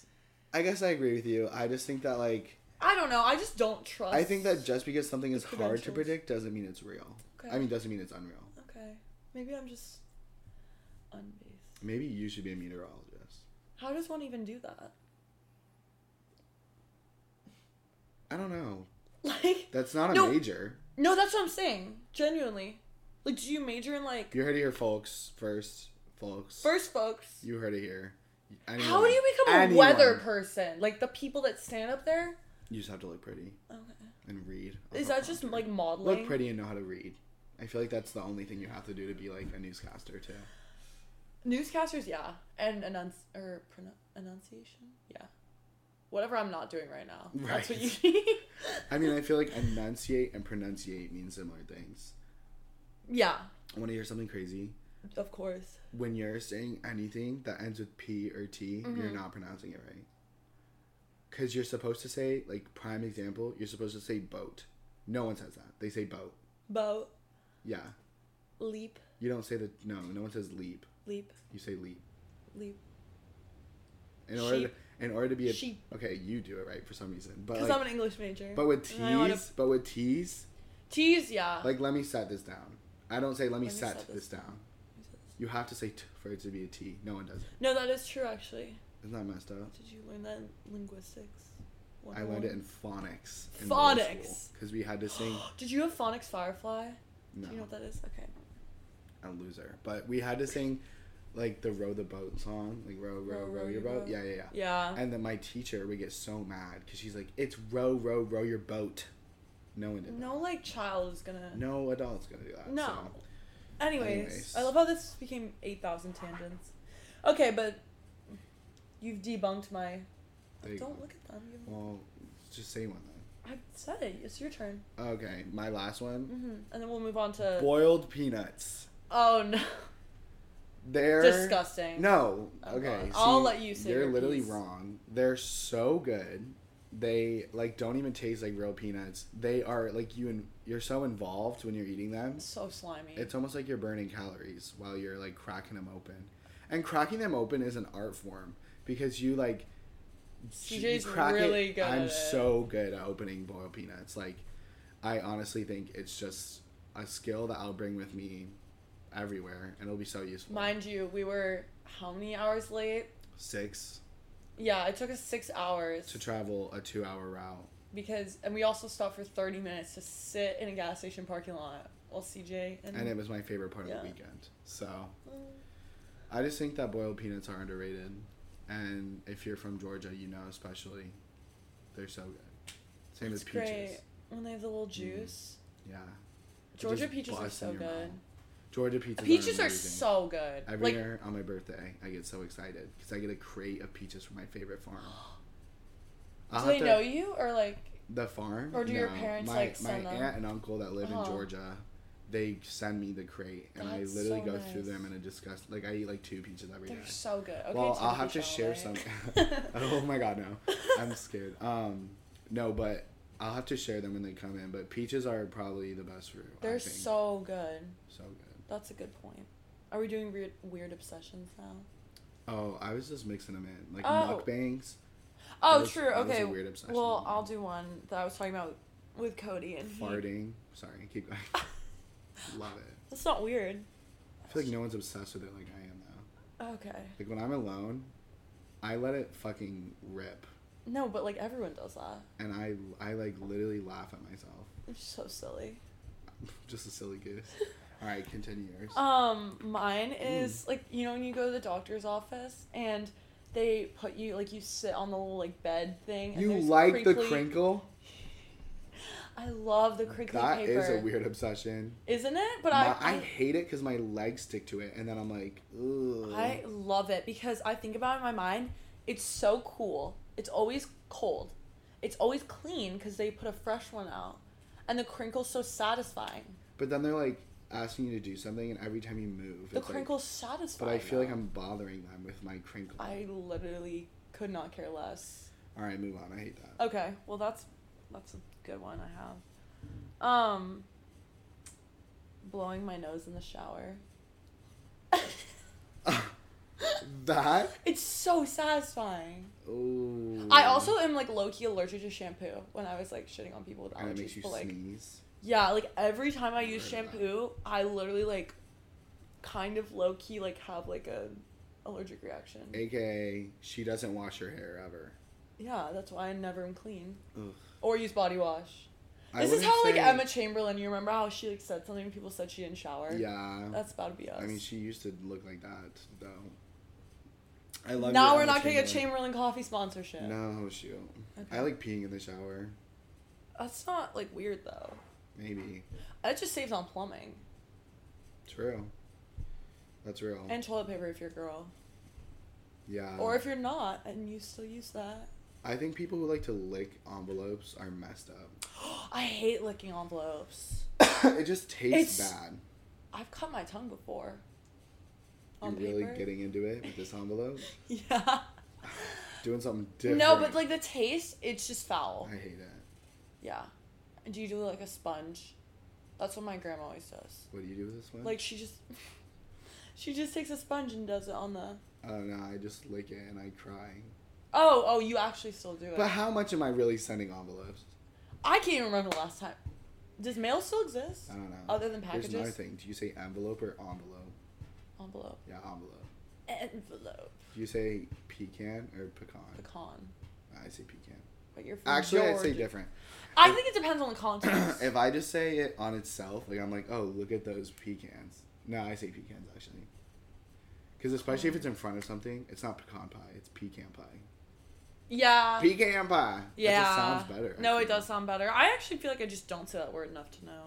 A: I guess I agree with you. I just think that like
B: I don't know. I just don't trust.
A: I think that just because something is hard to
B: credentials.
A: predict doesn't mean it's real.
B: Okay.
A: I mean, doesn't mean it's unreal.
B: Okay, maybe I'm just unbased.
A: Maybe you should be a meteorologist.
B: How does one even do that?
A: I don't know.
B: Like
A: That's not a
B: No.
A: major.
B: No, that's what I'm saying. Genuinely. Like, do you major in like
A: You heard it here, folks. First, folks.
B: first folks?
A: You heard it here. Anyone-
B: How do you become a
A: anyone.
B: weather person? Like the people that stand up there?
A: You just have to look pretty
B: Okay.
A: and read.
B: Is that just like modeling?
A: look pretty and know how to read? I feel like that's the only thing you have to do to be like a newscaster too.
B: Newscasters, yeah, and announce or pronoun enunciation, yeah. Whatever I'm not doing right now. That's what you
A: Right.
B: need.
A: I mean, I feel like enunciate and pronunciate mean similar things.
B: yeah,
A: Want to hear something crazy?
B: of course.
A: when you're saying anything that ends with P or T,
B: Mm-hmm.
A: you're not pronouncing it right. Because you're supposed to say, like, prime example, you're supposed to say boat. No one says that. They say boat.
B: Boat,
A: Yeah.
B: leap,
A: You don't say the, no, no one says leap.
B: leap,
A: You say leap.
B: leap.
A: In order, to,
B: Sheep.
A: in order to be a,
B: Sheep.
A: okay, you do it right for some reason. But,
B: Because
A: like,
B: I'm an English major.
A: but with
B: And I wanna-
A: T's, but with T's,
B: T's, yeah.
A: like, let me set this down. I don't say, let me, set, this down. You have to say t for it to be a T. No one does it.
B: No, that is true actually.
A: Isn't that messed up?
B: Did you learn that in linguistics?
A: I learned it in phonics.
B: Phonics.
A: Because we had to sing.
B: Did you have phonics firefly?
A: No,
B: Do you know what that is? Okay.
A: a loser. But we had to sing, like the row the boat song, like row row row, your boat. Yeah, yeah, yeah.
B: Yeah.
A: And then my teacher would get so mad because she's like, "It's row row row your boat." No one did.
B: no like child is gonna.
A: That. No adult's gonna do that.
B: No.
A: so.
B: Anyways,
A: Anyways.
B: I love how this became eight thousand tangents. Okay, but you've debunked my.
A: there you
B: Don't
A: go.
B: look at them. You...
A: Well, just say one then.
B: I said it. It's your turn.
A: Okay, my last one.
B: hmm And then we'll move on to.
A: Boiled peanuts.
B: Oh no!
A: They're
B: Disgusting.
A: No.
B: Oh,
A: Okay.
B: God. I'll let you say
A: You're
B: your
A: literally
B: piece.
A: wrong. They're so good. They like don't even taste like real peanuts. They are like you and you're so involved when you're eating them.
B: It's so slimy.
A: It's almost like you're burning calories while you're like cracking them open. And cracking them open is an art form because you like you
B: CJ's
A: crack it-
B: really good.
A: I'm
B: at it.
A: so good at opening boiled peanuts. Like I honestly think it's just a skill that I'll bring with me everywhere and it'll be so useful.
B: Mind you, we were how many hours late?
A: Six
B: Yeah, it took us six hours
A: to travel a two hour route.
B: because, and we also stopped for thirty minutes to sit in a gas station parking lot while CJ and,
A: And it was my favorite part of
B: Yeah.
A: the weekend. So
B: Mm.
A: I just think that boiled peanuts are underrated. And if you're from Georgia, you know especially, they're so good. Same
B: It's
A: as peaches.
B: great when they have the little juice.
A: Yeah. It
B: Georgia
A: just
B: peaches are
A: busts
B: so
A: in your
B: good.
A: mouth. Georgia pizzas
B: Peaches
A: are,
B: are
A: amazing.
B: so good.
A: Every
B: like
A: year on my birthday, I get so excited because I get a crate of peaches from my favorite farm. I'll
B: do they
A: have to-
B: know you or like
A: The farm?
B: Or do your parents,
A: my,
B: like,
A: my
B: send them?
A: aunt and uncle that live
B: Uh-huh.
A: in Georgia? They send me the crate, and I
B: That's
A: literally
B: so
A: go through
B: nice.
A: them and I discuss. Like I eat like two peaches every day.
B: they're so good. Okay,
A: well, I'll
B: Timothée
A: have to share some.
B: Chalamet.
A: oh my god, no! I'm scared. Um, no, but I'll have to share them when they come in. But peaches are probably the best fruit. I
B: They're
A: think.
B: so good.
A: so good.
B: That's a good point. Are we doing weird weird obsessions now?
A: Oh, I was just mixing them in like
B: Oh.
A: mukbangs.
B: Oh,
A: was-
B: true.
A: that was a
B: Okay.
A: weird obsession
B: well,
A: of
B: I'll
A: mine.
B: do one that I was talking about with Cody and he-
A: farting. Sorry, keep going. Love it.
B: That's not weird.
A: I feel like no one's obsessed with it like I am though.
B: Okay.
A: Like when I'm alone, I let it fucking rip.
B: No, but like everyone does that.
A: and I I like literally laugh at myself.
B: It's so silly.
A: Just a silly goose. All right, continue yours.
B: Um, mine
A: Mm.
B: is like you know when you go to the doctor's office and they put you like you sit on the little like bed thing. And
A: you
B: there's
A: like the
B: crinkly-
A: crinkle?
B: I love the crinkly
A: That is
B: paper.
A: a weird obsession.
B: Isn't it? But
A: My- I,
B: I,
A: hate it because my legs stick to it, and then I'm like,
B: I
A: ugh.
B: I love it because I think about it in my mind. It's so cool. It's always cold. It's always clean because they put a fresh one out, and the crinkle's so satisfying.
A: but then they're like asking you to do something, and every time you move,
B: The
A: it's like-
B: crinkle's
A: but
B: satisfying.
A: I feel like
B: though.
A: I'm bothering them with my crinkle.
B: I literally could not care less.
A: All right, move on. I hate that.
B: Okay, well that's that's a good one I have. Um blowing my nose in the shower.
A: that.
B: it's so satisfying.
A: Ooh.
B: I also am like low key allergic to shampoo when I was like shitting on people with
A: And it
B: allergies.
A: makes you
B: but like
A: sneeze.
B: yeah, like every time I use
A: Heard of that.
B: shampoo, I literally like kind of low key like have like a allergic reaction.
A: AKA, she doesn't wash her hair ever.
B: Yeah, that's why I never am clean.
A: Ugh.
B: Or use body wash.
A: I
B: This is
A: wouldn't
B: how like
A: say-
B: Emma Chamberlain. You remember how she like said something? and People said she didn't shower.
A: Yeah.
B: that's about to be us.
A: I mean, she used to look like that, though. I love.
B: now
A: you,
B: we're
A: Emma
B: not gonna get
A: Chamberlain.
B: Chamberlain coffee sponsorship.
A: No, shoot.
B: Okay.
A: I like peeing in the shower.
B: That's not like weird though.
A: Maybe.
B: That just saves on plumbing
A: True. That's real.
B: and toilet paper if you're a girl,
A: yeah.
B: or if you're not and you still use that.
A: I think people who like to lick envelopes are messed up.
B: I hate licking envelopes.
A: it just tastes
B: It's-
A: bad.
B: I've cut my tongue before.
A: You're
B: On
A: really
B: paper.
A: getting into it with this envelope.
B: Yeah.
A: Doing something different.
B: No, but like the taste, it's just foul.
A: I hate it.
B: Yeah. And do you do like a sponge? That's what my grandma always does.
A: What do you do with this one?
B: Like she just she just takes a sponge and does it on the
A: I don't know. I just lick it and I cry.
B: Oh, oh, you actually still do it.
A: But how much am I really sending envelopes?
B: I can't even remember the last time. Does mail still exist?
A: I don't know.
B: Other than
A: There's another
B: packages?
A: thing. Do you say envelope or envelope? Uh,
B: Envelope.
A: Yeah, envelope.
B: Envelope.
A: Do you say pecan or pecan?
B: Pecan.
A: I say pecan.
B: But you're from
A: Actually, I'd say
B: Georgia.
A: different.
B: I think it depends on the context.
A: if I just say it on itself, like I'm like, oh, look at those pecans. No, I say pecans actually. Because especially if
B: Oh.
A: it's in front of something, it's not pecan pie. It's pecan pie.
B: yeah.
A: Pecan pie.
B: Um, yeah.
A: That just sounds better.
B: No,
A: actually.
B: it does sound better. I actually feel like I just don't say that word enough to know.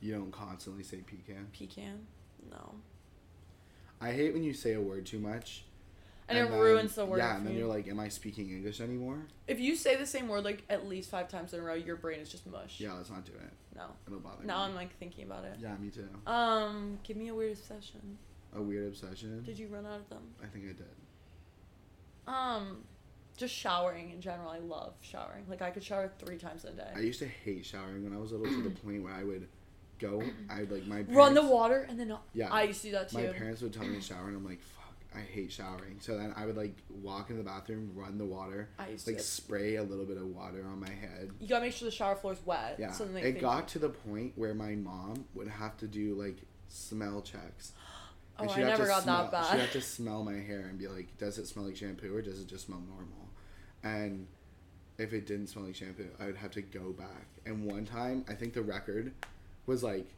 A: You don't constantly say pecan.
B: Pecan? No.
A: I hate when you say a word too much.
B: And, it
A: then-
B: ruins the word.
A: Yeah,
B: for
A: and then
B: you.
A: you're like, am I speaking English anymore?
B: if you say the same word like at least five times in a row, your brain is just mush.
A: Yeah, let's not do it.
B: No.
A: It'll bother
B: Now I'm
A: me.
B: like thinking about it.
A: Yeah, me too.
B: Um, give me a weird obsession.
A: A weird obsession.
B: Did you run out of them?
A: I think I did.
B: Um, just showering in general. I love showering. Like I could shower three times a
A: I
B: day.
A: used to hate showering when I was little to the point where I would go, I would like my parents,
B: Run the water and then not.
A: Yeah.
B: I used to do that too.
A: My parents would tell me to shower, and I'm like, fuck, I hate showering. So then I would like walk in the bathroom, run the water,
B: I used
A: like
B: to.
A: spray a little bit of water on my head.
B: You gotta make sure the shower floor is wet.
A: Yeah,
B: So then they
A: it
B: think-
A: got to the point where my mom would have to do like smell checks.
B: Oh,
A: she'd
B: I
A: have to
B: never got
A: smell,
B: that bad.
A: She'd have to smell my hair and be like, does it smell like shampoo or does it just smell normal? And if it didn't smell like shampoo, I would have to go back. And one time, I think the record was like,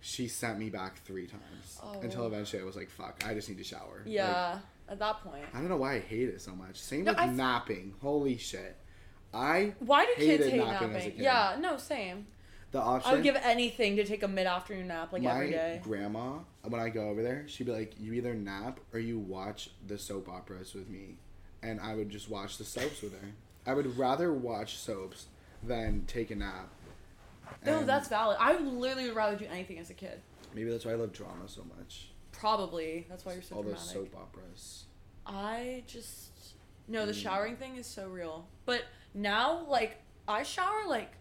A: she sent me back three times
B: Oh.
A: until eventually I was like, fuck, I just need to shower. Like,
B: yeah. at that point.
A: I don't know why I hate it so much. Same
B: No,
A: with
B: I-
A: napping. Holy shit. I,
B: Why do
A: hated
B: kids hate
A: napping
B: napping?
A: as a kid.
B: Yeah. No. Same.
A: the option.
B: I would give anything to take a mid-afternoon nap like
A: my
B: every day.
A: grandma, when I go over there, she'd be like, "You either nap or you watch the soap operas with me," and I would just watch the soaps with her. I would rather watch soaps than take a nap.
B: No,
A: And
B: that's valid. I would literally would rather do anything as a kid.
A: maybe that's why I love drama so much.
B: Probably. That's why you're so
A: All
B: dramatic.
A: those soap operas.
B: I just no,
A: Hmm.
B: the showering thing is so real. But now, like, I shower like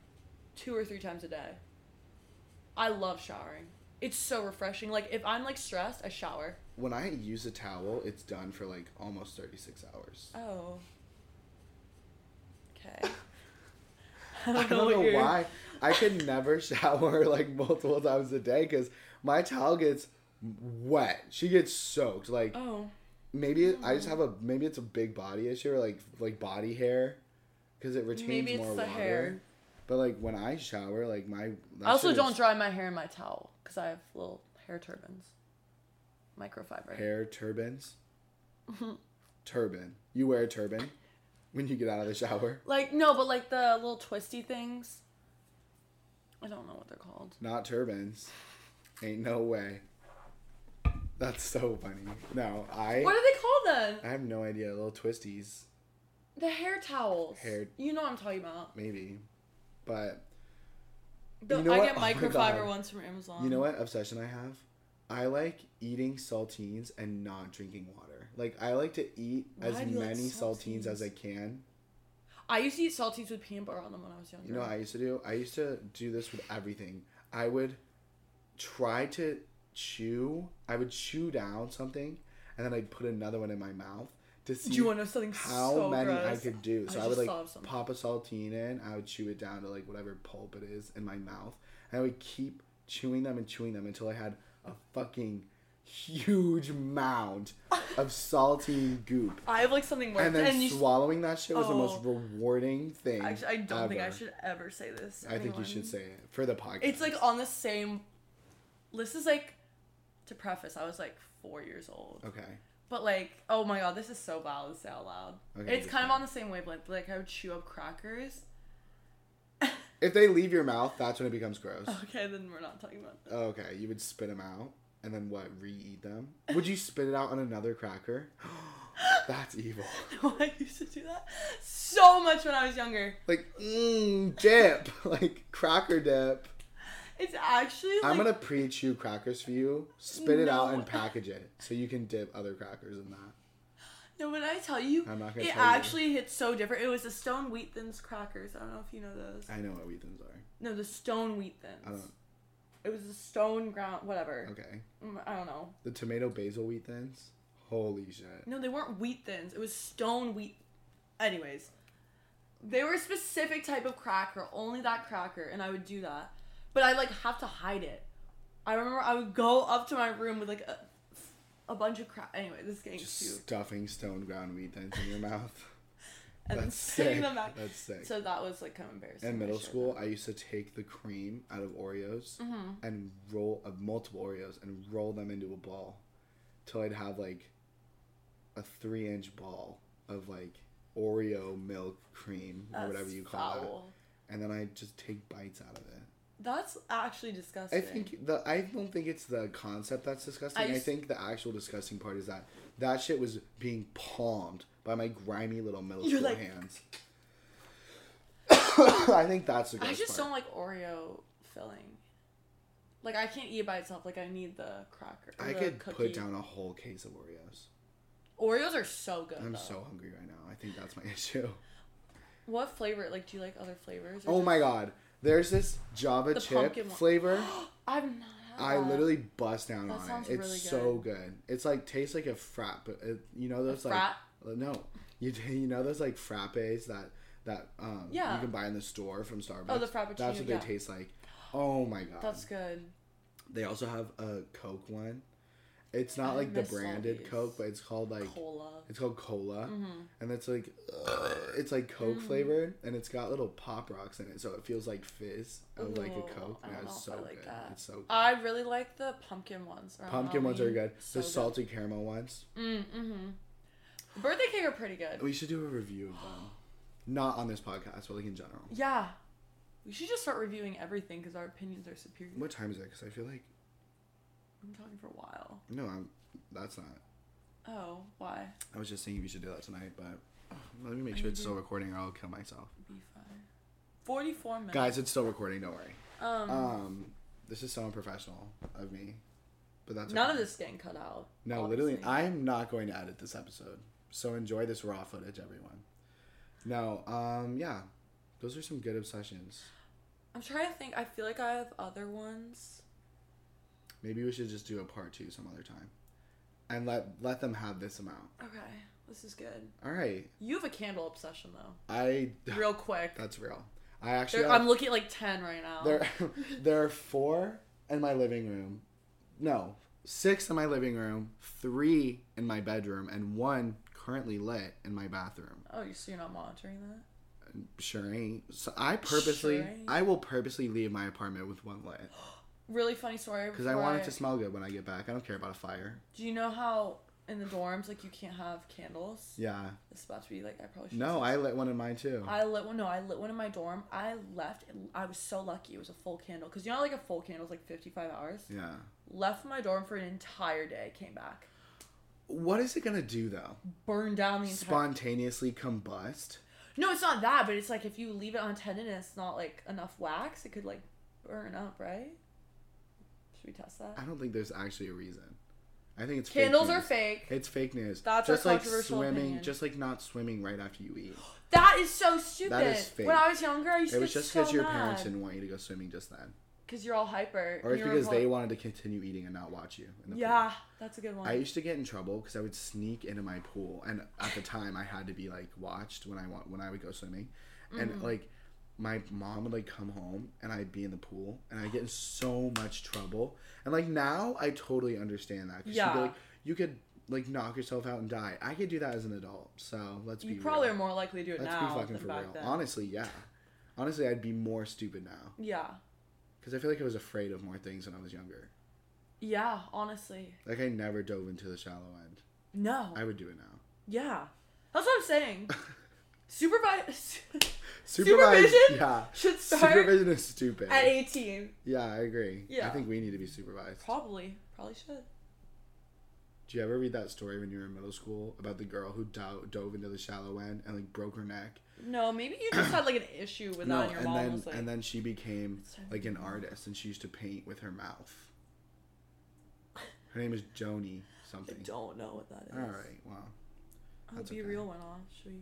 B: two or three times a day. I love showering. It's so refreshing. Like, if I'm like stressed, I shower.
A: When I use a towel, it's done for like almost thirty six hours.
B: Oh. Okay.
A: I don't,
B: what
A: know
B: you're-
A: why. I could never shower like multiple times a day because my towel gets wet. She gets soaked. Like
B: Oh.
A: maybe it, I just have a maybe it's a big body issue or like like body hair because it retains
B: Maybe it's
A: more
B: the
A: water.
B: hair.
A: But like when I shower, like my that
B: I also
A: shit
B: don't
A: is
B: dry my hair in my towel because I have little hair turbans, microfiber.
A: hair turbans. turban. You wear a turban when you get out of the shower.
B: Like no, but like the little twisty things. I don't know what they're called.
A: Not turbans. Ain't no way. That's so funny. No, I
B: What are they called
A: I
B: then?
A: have no idea. Little twisties.
B: The hair towels.
A: Hair-
B: You know what I'm talking about.
A: maybe. But
B: The,
A: You know
B: I
A: what?
B: get
A: Oh my
B: microfiber
A: God.
B: ones from Amazon.
A: you know what obsession I have? I like eating saltines and not drinking water. Like I like to eat
B: Why
A: as
B: do you like
A: many saltines? as
B: saltines?
A: I can.
B: I used to eat saltines with peanut butter on them when I was younger.
A: You know what I used to do? I used to do this with everything. I would try to chew. I would chew down something and then I'd put another one in my mouth to see
B: do you want to know something
A: how
B: so
A: many I
B: gross?
A: could do.
B: I
A: So I, would
B: just
A: like
B: thought of something.
A: pop a saltine in, I would chew it down to like whatever pulp it is in my mouth, and I would keep chewing them and chewing them until I had a fucking huge mound of saltine goop.
B: I have like something worse.
A: And
B: And,
A: then
B: you
A: swallowing that shit was the most
B: Oh.
A: rewarding thing.
B: actually, I don't think I
A: ever.
B: should ever say this.
A: I think you
B: anyone.
A: should say it for the podcast.
B: It's like on the same. This is like, to preface, I was like four years old.
A: okay,
B: But like, oh my god, this is so wild to say out loud.
A: Okay,
B: it's
A: just
B: kind of on the same wavelength. Like I would chew up crackers.
A: if they leave your mouth, that's when it becomes gross.
B: Okay, then we're not talking about that.
A: Okay, you would spit them out and then what? Re-eat them? Would you spit it out on another cracker? That's evil.
B: I used to do that so much when I was younger.
A: Like mm, dip, like cracker dip.
B: It's actually like,
A: I'm gonna pre-chew crackers for you. Spit it out
B: No.
A: and package it so you can dip other crackers in that.
B: no, when I tell you,
A: I'm not gonna
B: it
A: tell you.
B: actually hits so different. It was the Stone Wheat Thins crackers. I don't know if you know those.
A: I know what wheat thins are.
B: No, the Stone Wheat Thins.
A: I don't-
B: It was the Stone Ground, whatever.
A: Okay,
B: Mm, I don't know.
A: the tomato basil wheat thins. Holy shit!
B: No, they weren't wheat thins. It was stone wheat. Anyways, they were a specific type of cracker, only that cracker, and I would do that. But I like have to hide it. I remember I would go up to my room with like a, a bunch of crap. Anyway, this is getting
A: Just
B: too.
A: stuffing stone ground wheat thins in your mouth.
B: And then
A: That's
B: sitting
A: sick.
B: them back.
A: That's sick.
B: So that was like kind of embarrassing.
A: In
B: I
A: middle
B: shared
A: school,
B: that.
A: I used to take the cream out of Oreos
B: Mm-hmm.
A: and roll of multiple Oreos and roll them into a ball, till I'd have like a three-inch ball of like Oreo milk cream or
B: That's
A: whatever you call
B: foul.
A: it, and then I just take bites out of it.
B: That's actually disgusting.
A: I think the I don't think it's the concept that's disgusting.
B: I
A: I,
B: used-
A: think the actual disgusting part is that that shit was being palmed by my grimy little middle
B: You're
A: school
B: like-
A: hands. I think that's the.
B: I
A: gross
B: just
A: part.
B: don't like Oreo filling. Like I can't eat it by itself. Like I need the cracker.
A: I
B: the
A: could
B: cookie.
A: put down a whole case of Oreos.
B: Oreos are so good.
A: I'm
B: though.
A: so hungry right now. I think that's my issue.
B: What flavor? Like, do you like other flavors? or
A: Oh
B: just-
A: my god. There's this Java
B: The
A: chip
B: pumpkin one.
A: flavor.
B: I've not. Had
A: I
B: that.
A: literally bust down
B: That
A: on
B: sounds
A: it. It's
B: really
A: so good. It's like tastes like a frat, but it, you know those like uh,
B: frat?
A: no, you you know those like frappes that that um
B: Yeah. Oh,
A: you can buy in the store from Starbucks.
B: the
A: That's
B: frappuccino,
A: what they
B: yeah.
A: taste like. Oh my god.
B: That's good.
A: They also have a Coke one. It's not
B: I
A: like the
B: miss all
A: branded
B: these.
A: Coke, but it's called like Mm-hmm.
B: Cola.
A: It's called cola, and it's like uh, it's like Coke
B: Mm.
A: flavored, and it's got little pop rocks in it, so it feels like fizz of like a
B: Ooh,
A: Coke.
B: I
A: Yeah,
B: don't know
A: it's
B: if
A: so
B: I like
A: good.
B: that.
A: It's so good.
B: I really like the pumpkin ones. around
A: Pumpkin ones are
B: Halloween.
A: good.
B: So
A: the salted caramel ones.
B: good. mm-hmm. Birthday cake are pretty good.
A: We should do a review of them, not on this podcast, but like in general.
B: Yeah. We should just start reviewing everything because our opinions are superior.
A: What time is it? Because I feel like
B: I'm talking for a while.
A: no, I'm. That's not.
B: Oh, why?
A: I was just thinking we should do that tonight, but let me make sure it's
B: Mm-hmm.
A: still recording, or I'll kill myself.
B: Be fine. Forty-four minutes.
A: Guys, it's still recording. Don't worry.
B: um,
A: Um, this is so unprofessional of me, but that's
B: none
A: okay.
B: of this is getting cut out.
A: No, literally,
B: obviously.
A: I'm not going to edit this episode. So enjoy this raw footage, everyone. No, um, yeah, those are some good obsessions.
B: I'm trying to think. I feel like I have other ones.
A: Maybe we should just do a part two some other time, and let let them have this amount.
B: Okay, this is good.
A: All right,
B: You have a candle obsession though.
A: I
B: real quick.
A: that's real. I actually
B: There,
A: have-
B: I'm looking at like ten right now.
A: there there are four in my living room. No, six in my living room, three in my bedroom, and one currently lit in my bathroom.
B: Oh, you so you're not monitoring that?
A: Sure ain't. So I purposely,
B: Sure ain't.
A: I will purposely leave my apartment with one lit
B: Really funny story.
A: because I want
B: wanted
A: it to smell good when I get back. I don't care about a fire.
B: Do you know how in the dorms like you can't have candles?
A: Yeah.
B: It's about to be like I probably should.
A: No, I lit one in mine too.
B: I lit one. No, I lit one in my dorm. I left. and I was so lucky. It was a full candle because you know, how, like a full candle is like fifty-five hours.
A: yeah.
B: Left my dorm for an entire day. Came back,
A: What is it gonna do though?
B: burned down the entire.
A: Spontaneously combust?
B: no, it's not that, but it's like if you leave it untended and it's not like enough wax, it could like burn up, right? Should we test that?
A: I don't think there's actually a reason. I think it's fake
B: Candles are
A: news.
B: fake.
A: It's fake news.
B: That's our
A: just like
B: controversial
A: swimming,
B: opinion.
A: just like not swimming right after you eat.
B: That is so stupid.
A: fake.
B: When I was younger, I used
A: It
B: to
A: was
B: get
A: just
B: so
A: because your
B: mad.
A: parents didn't want you to go swimming just then,
B: Because you're all hyper.
A: or
B: and
A: it's
B: you were
A: because they
B: probably-
A: wanted to continue eating and not watch you. In the Pool.
B: Yeah, that's a good one.
A: I used to get in trouble because I would sneak into my pool, and at the time I had to be like watched when I want when I would go swimming,
B: Mm-hmm.
A: and like my mom would like come home and I'd be in the pool and I would get in so much trouble, and like now I totally understand that because she'd
B: Yeah.
A: be like you could like knock yourself out and die. I could do that as an adult, so let's
B: you
A: be
B: probably
A: real.
B: are more likely to do it
A: let's
B: now
A: be fucking
B: than
A: for
B: back
A: real.
B: then.
A: Honestly, yeah, honestly I'd be more stupid now
B: yeah,
A: because I feel like I was afraid of more things when I was younger.
B: yeah. Honestly,
A: Like I never dove into the shallow end.
B: no.
A: I would do it now.
B: yeah, that's what I'm saying. Supervise
A: Supervise-
B: Supervision?
A: yeah.
B: should start
A: Supervision is stupid.
B: at 18.
A: yeah, I agree. I
B: Yeah.
A: think we need to be supervised.
B: Probably, probably should.
A: Do you ever read that story when you were in middle school about the girl who do- dove into the shallow end and like broke her neck?
B: No, maybe you just had like an issue with that, and your
A: and
B: mom
A: then
B: was like,
A: and then she became
B: Sorry.
A: like an artist and she used to paint with her mouth. Her name is Joni
B: I
A: something.
B: don't know what that is.
A: All right, well.
B: I'll
A: that's
B: be
A: okay.
B: real went on. Should we?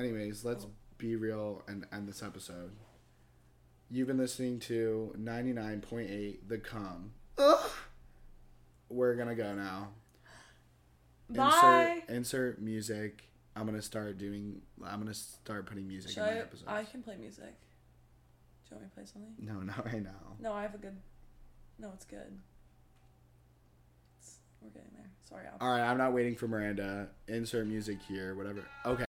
A: Anyways, let's
B: Oh.
A: be real and end this episode. You've been listening to 99.8 The Come. Ugh. We're going to go now.
B: Bye.
A: Insert, insert music. I'm going to start doing, I'm going to start putting music
B: Should
A: in my
B: I?
A: episodes.
B: I can play music. Do you want me to play something?
A: No, not right now.
B: No, I have a good. No, it's good. It's, we're getting there. Sorry, Al.
A: All right, I'm not waiting for Miranda. Insert music here, whatever. Okay.